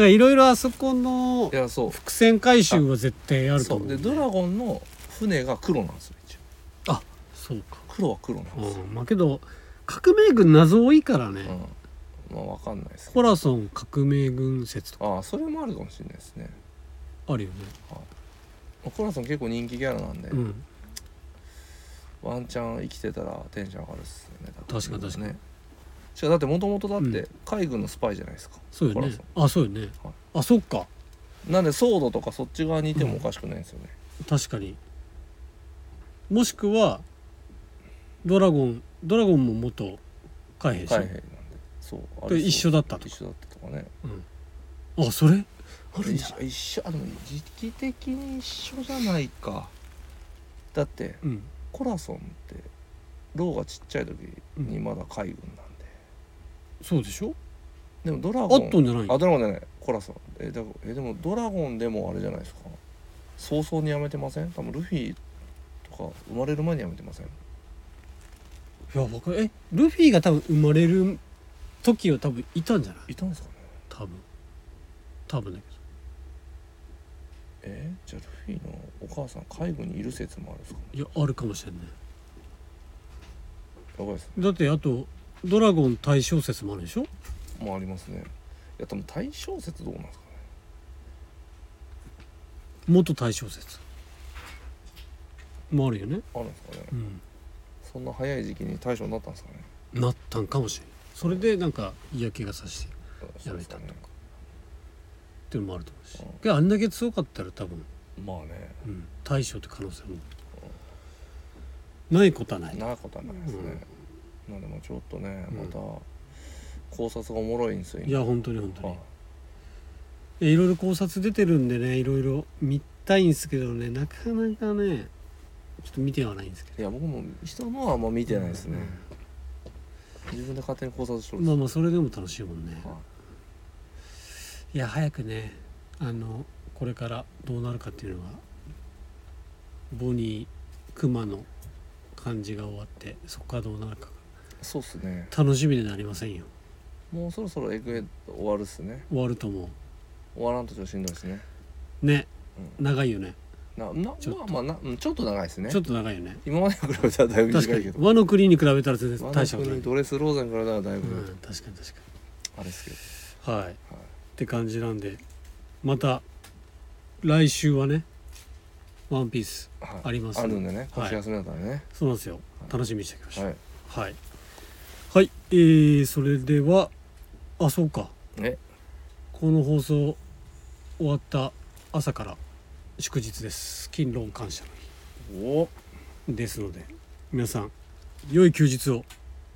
Speaker 1: からいろいろあそこの
Speaker 2: いやそう
Speaker 1: 伏線回収は絶対あると
Speaker 2: そ
Speaker 1: 思う
Speaker 2: う
Speaker 1: だ
Speaker 2: んで
Speaker 1: よね、
Speaker 2: ドラゴンの船が黒なんですよ一応
Speaker 1: そうか
Speaker 2: 黒は黒なんですよ、
Speaker 1: うんまあけど革命軍謎多いからね、
Speaker 2: うん、まあわかんないですけ
Speaker 1: コラソン革命軍説とか
Speaker 2: どああそれもあるかもしれないですね
Speaker 1: あるよね、
Speaker 2: コラソン結構人気ギャラなんで、
Speaker 1: うん
Speaker 2: ワンチャン生きてたらテンション上がるっすよね多分
Speaker 1: 確かに確かに
Speaker 2: ねしかもだってもともとだっ
Speaker 1: う
Speaker 2: て海軍のスパイじゃないですか、
Speaker 1: そうよ
Speaker 2: コラ
Speaker 1: ね
Speaker 2: ソ
Speaker 1: あそうよね、
Speaker 2: はい
Speaker 1: あそっか
Speaker 2: ンなんでソードとかそっち側にいてもおかしくないんですよね、
Speaker 1: 確かにもしくはドラゴンドラゴンも元海兵でしょ
Speaker 2: 海兵なんでそうあ
Speaker 1: で一緒だったとか
Speaker 2: 一緒だったとかね
Speaker 1: あそれ
Speaker 2: あれ一緒一緒あでも時期的に一緒じゃないかだって
Speaker 1: うん
Speaker 2: コラソンってローがちっちゃい時にまだ海軍なんで、
Speaker 1: そうでしょ
Speaker 2: でもドラ
Speaker 1: あ
Speaker 2: ゴン
Speaker 1: っとんじゃない
Speaker 2: あドラゴンじゃないコラソンえだからえでもドラゴンでもあれじゃないですか早々にやめてません多分ルフィとか生まれる前にやめてません
Speaker 1: いやわかるえルフィが多分生まれる時は多分いたんじゃない
Speaker 2: いたんですかね
Speaker 1: 多分多分だけど
Speaker 2: えじゃあルフィのお母さん海軍にいる説もあるんですかね
Speaker 1: いやあるかもしれない
Speaker 2: やばいですね
Speaker 1: だってあとドラゴン大小説もあるでしょ
Speaker 2: もうありますねいや多分大小説どうなんですかね
Speaker 1: 元大小説もあるよね
Speaker 2: あるんですかね
Speaker 1: うん
Speaker 2: そんな早い時期に大将になったんですかね
Speaker 1: なったんかもしれないそれでなんか嫌気がさして
Speaker 2: そうですかね
Speaker 1: やめたっていうのもあると思うし
Speaker 2: うん
Speaker 1: けどあんだけ強かったら多分、
Speaker 2: まあね
Speaker 1: うん、大将って可能性もないことはない
Speaker 2: なことはないですね、まあでもちょっとねまた考察がおもろいんですよ
Speaker 1: いや本当に本当
Speaker 2: 今は
Speaker 1: に
Speaker 2: い
Speaker 1: えいろいろ考察出てるんでねいろいろ見たいんですけどねなかなかねちょっと見てはないんですけ
Speaker 2: いや僕も人のはあんま見てないですね、自分で勝手に考察しと
Speaker 1: ど
Speaker 2: るんで
Speaker 1: ますあまあそれでも楽しいもんね
Speaker 2: はい
Speaker 1: いや早くねあのこれからどうなるかっていうのはボニークマの感じが終わってそこからどうなるか
Speaker 2: そうっすね
Speaker 1: が楽しみでなりませんよ
Speaker 2: もうそろそろエグエ終わるっすね
Speaker 1: 終わると思
Speaker 2: 終わらんとちょっとしんどいっすね
Speaker 1: うね長いよね
Speaker 2: ななま
Speaker 1: ちょっ
Speaker 2: あまあなうんちょっと長いっすね
Speaker 1: ちょっと長いよね
Speaker 2: 今までに比べたらだいぶ
Speaker 1: 確か
Speaker 2: 短い
Speaker 1: に
Speaker 2: けど
Speaker 1: 和の国に比べたら全然
Speaker 2: 真
Speaker 1: 大
Speaker 2: ん
Speaker 1: した
Speaker 2: 中
Speaker 1: ことない、う
Speaker 2: に
Speaker 1: ん、確
Speaker 2: ドレスローゼンからだらだいぶ、
Speaker 1: かに確か
Speaker 2: あれですけど
Speaker 1: にはいっ
Speaker 2: はい
Speaker 1: て感じなんでまた来週はね「ワンピース
Speaker 2: はい
Speaker 1: あります
Speaker 2: あるんでね
Speaker 1: はい
Speaker 2: 腰休みだったらね
Speaker 1: そうなんですよ楽しみにしておきましょう
Speaker 2: はい
Speaker 1: はい。はい、えー、それでは、あ、そうか。
Speaker 2: え
Speaker 1: この放送終わった朝から祝日です。勤労感謝の
Speaker 2: お
Speaker 1: 日ですので、皆さん、良い休日を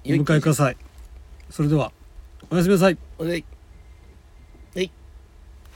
Speaker 1: お
Speaker 2: よい
Speaker 1: 迎えください。それでは、おやすみなさい。
Speaker 2: おでい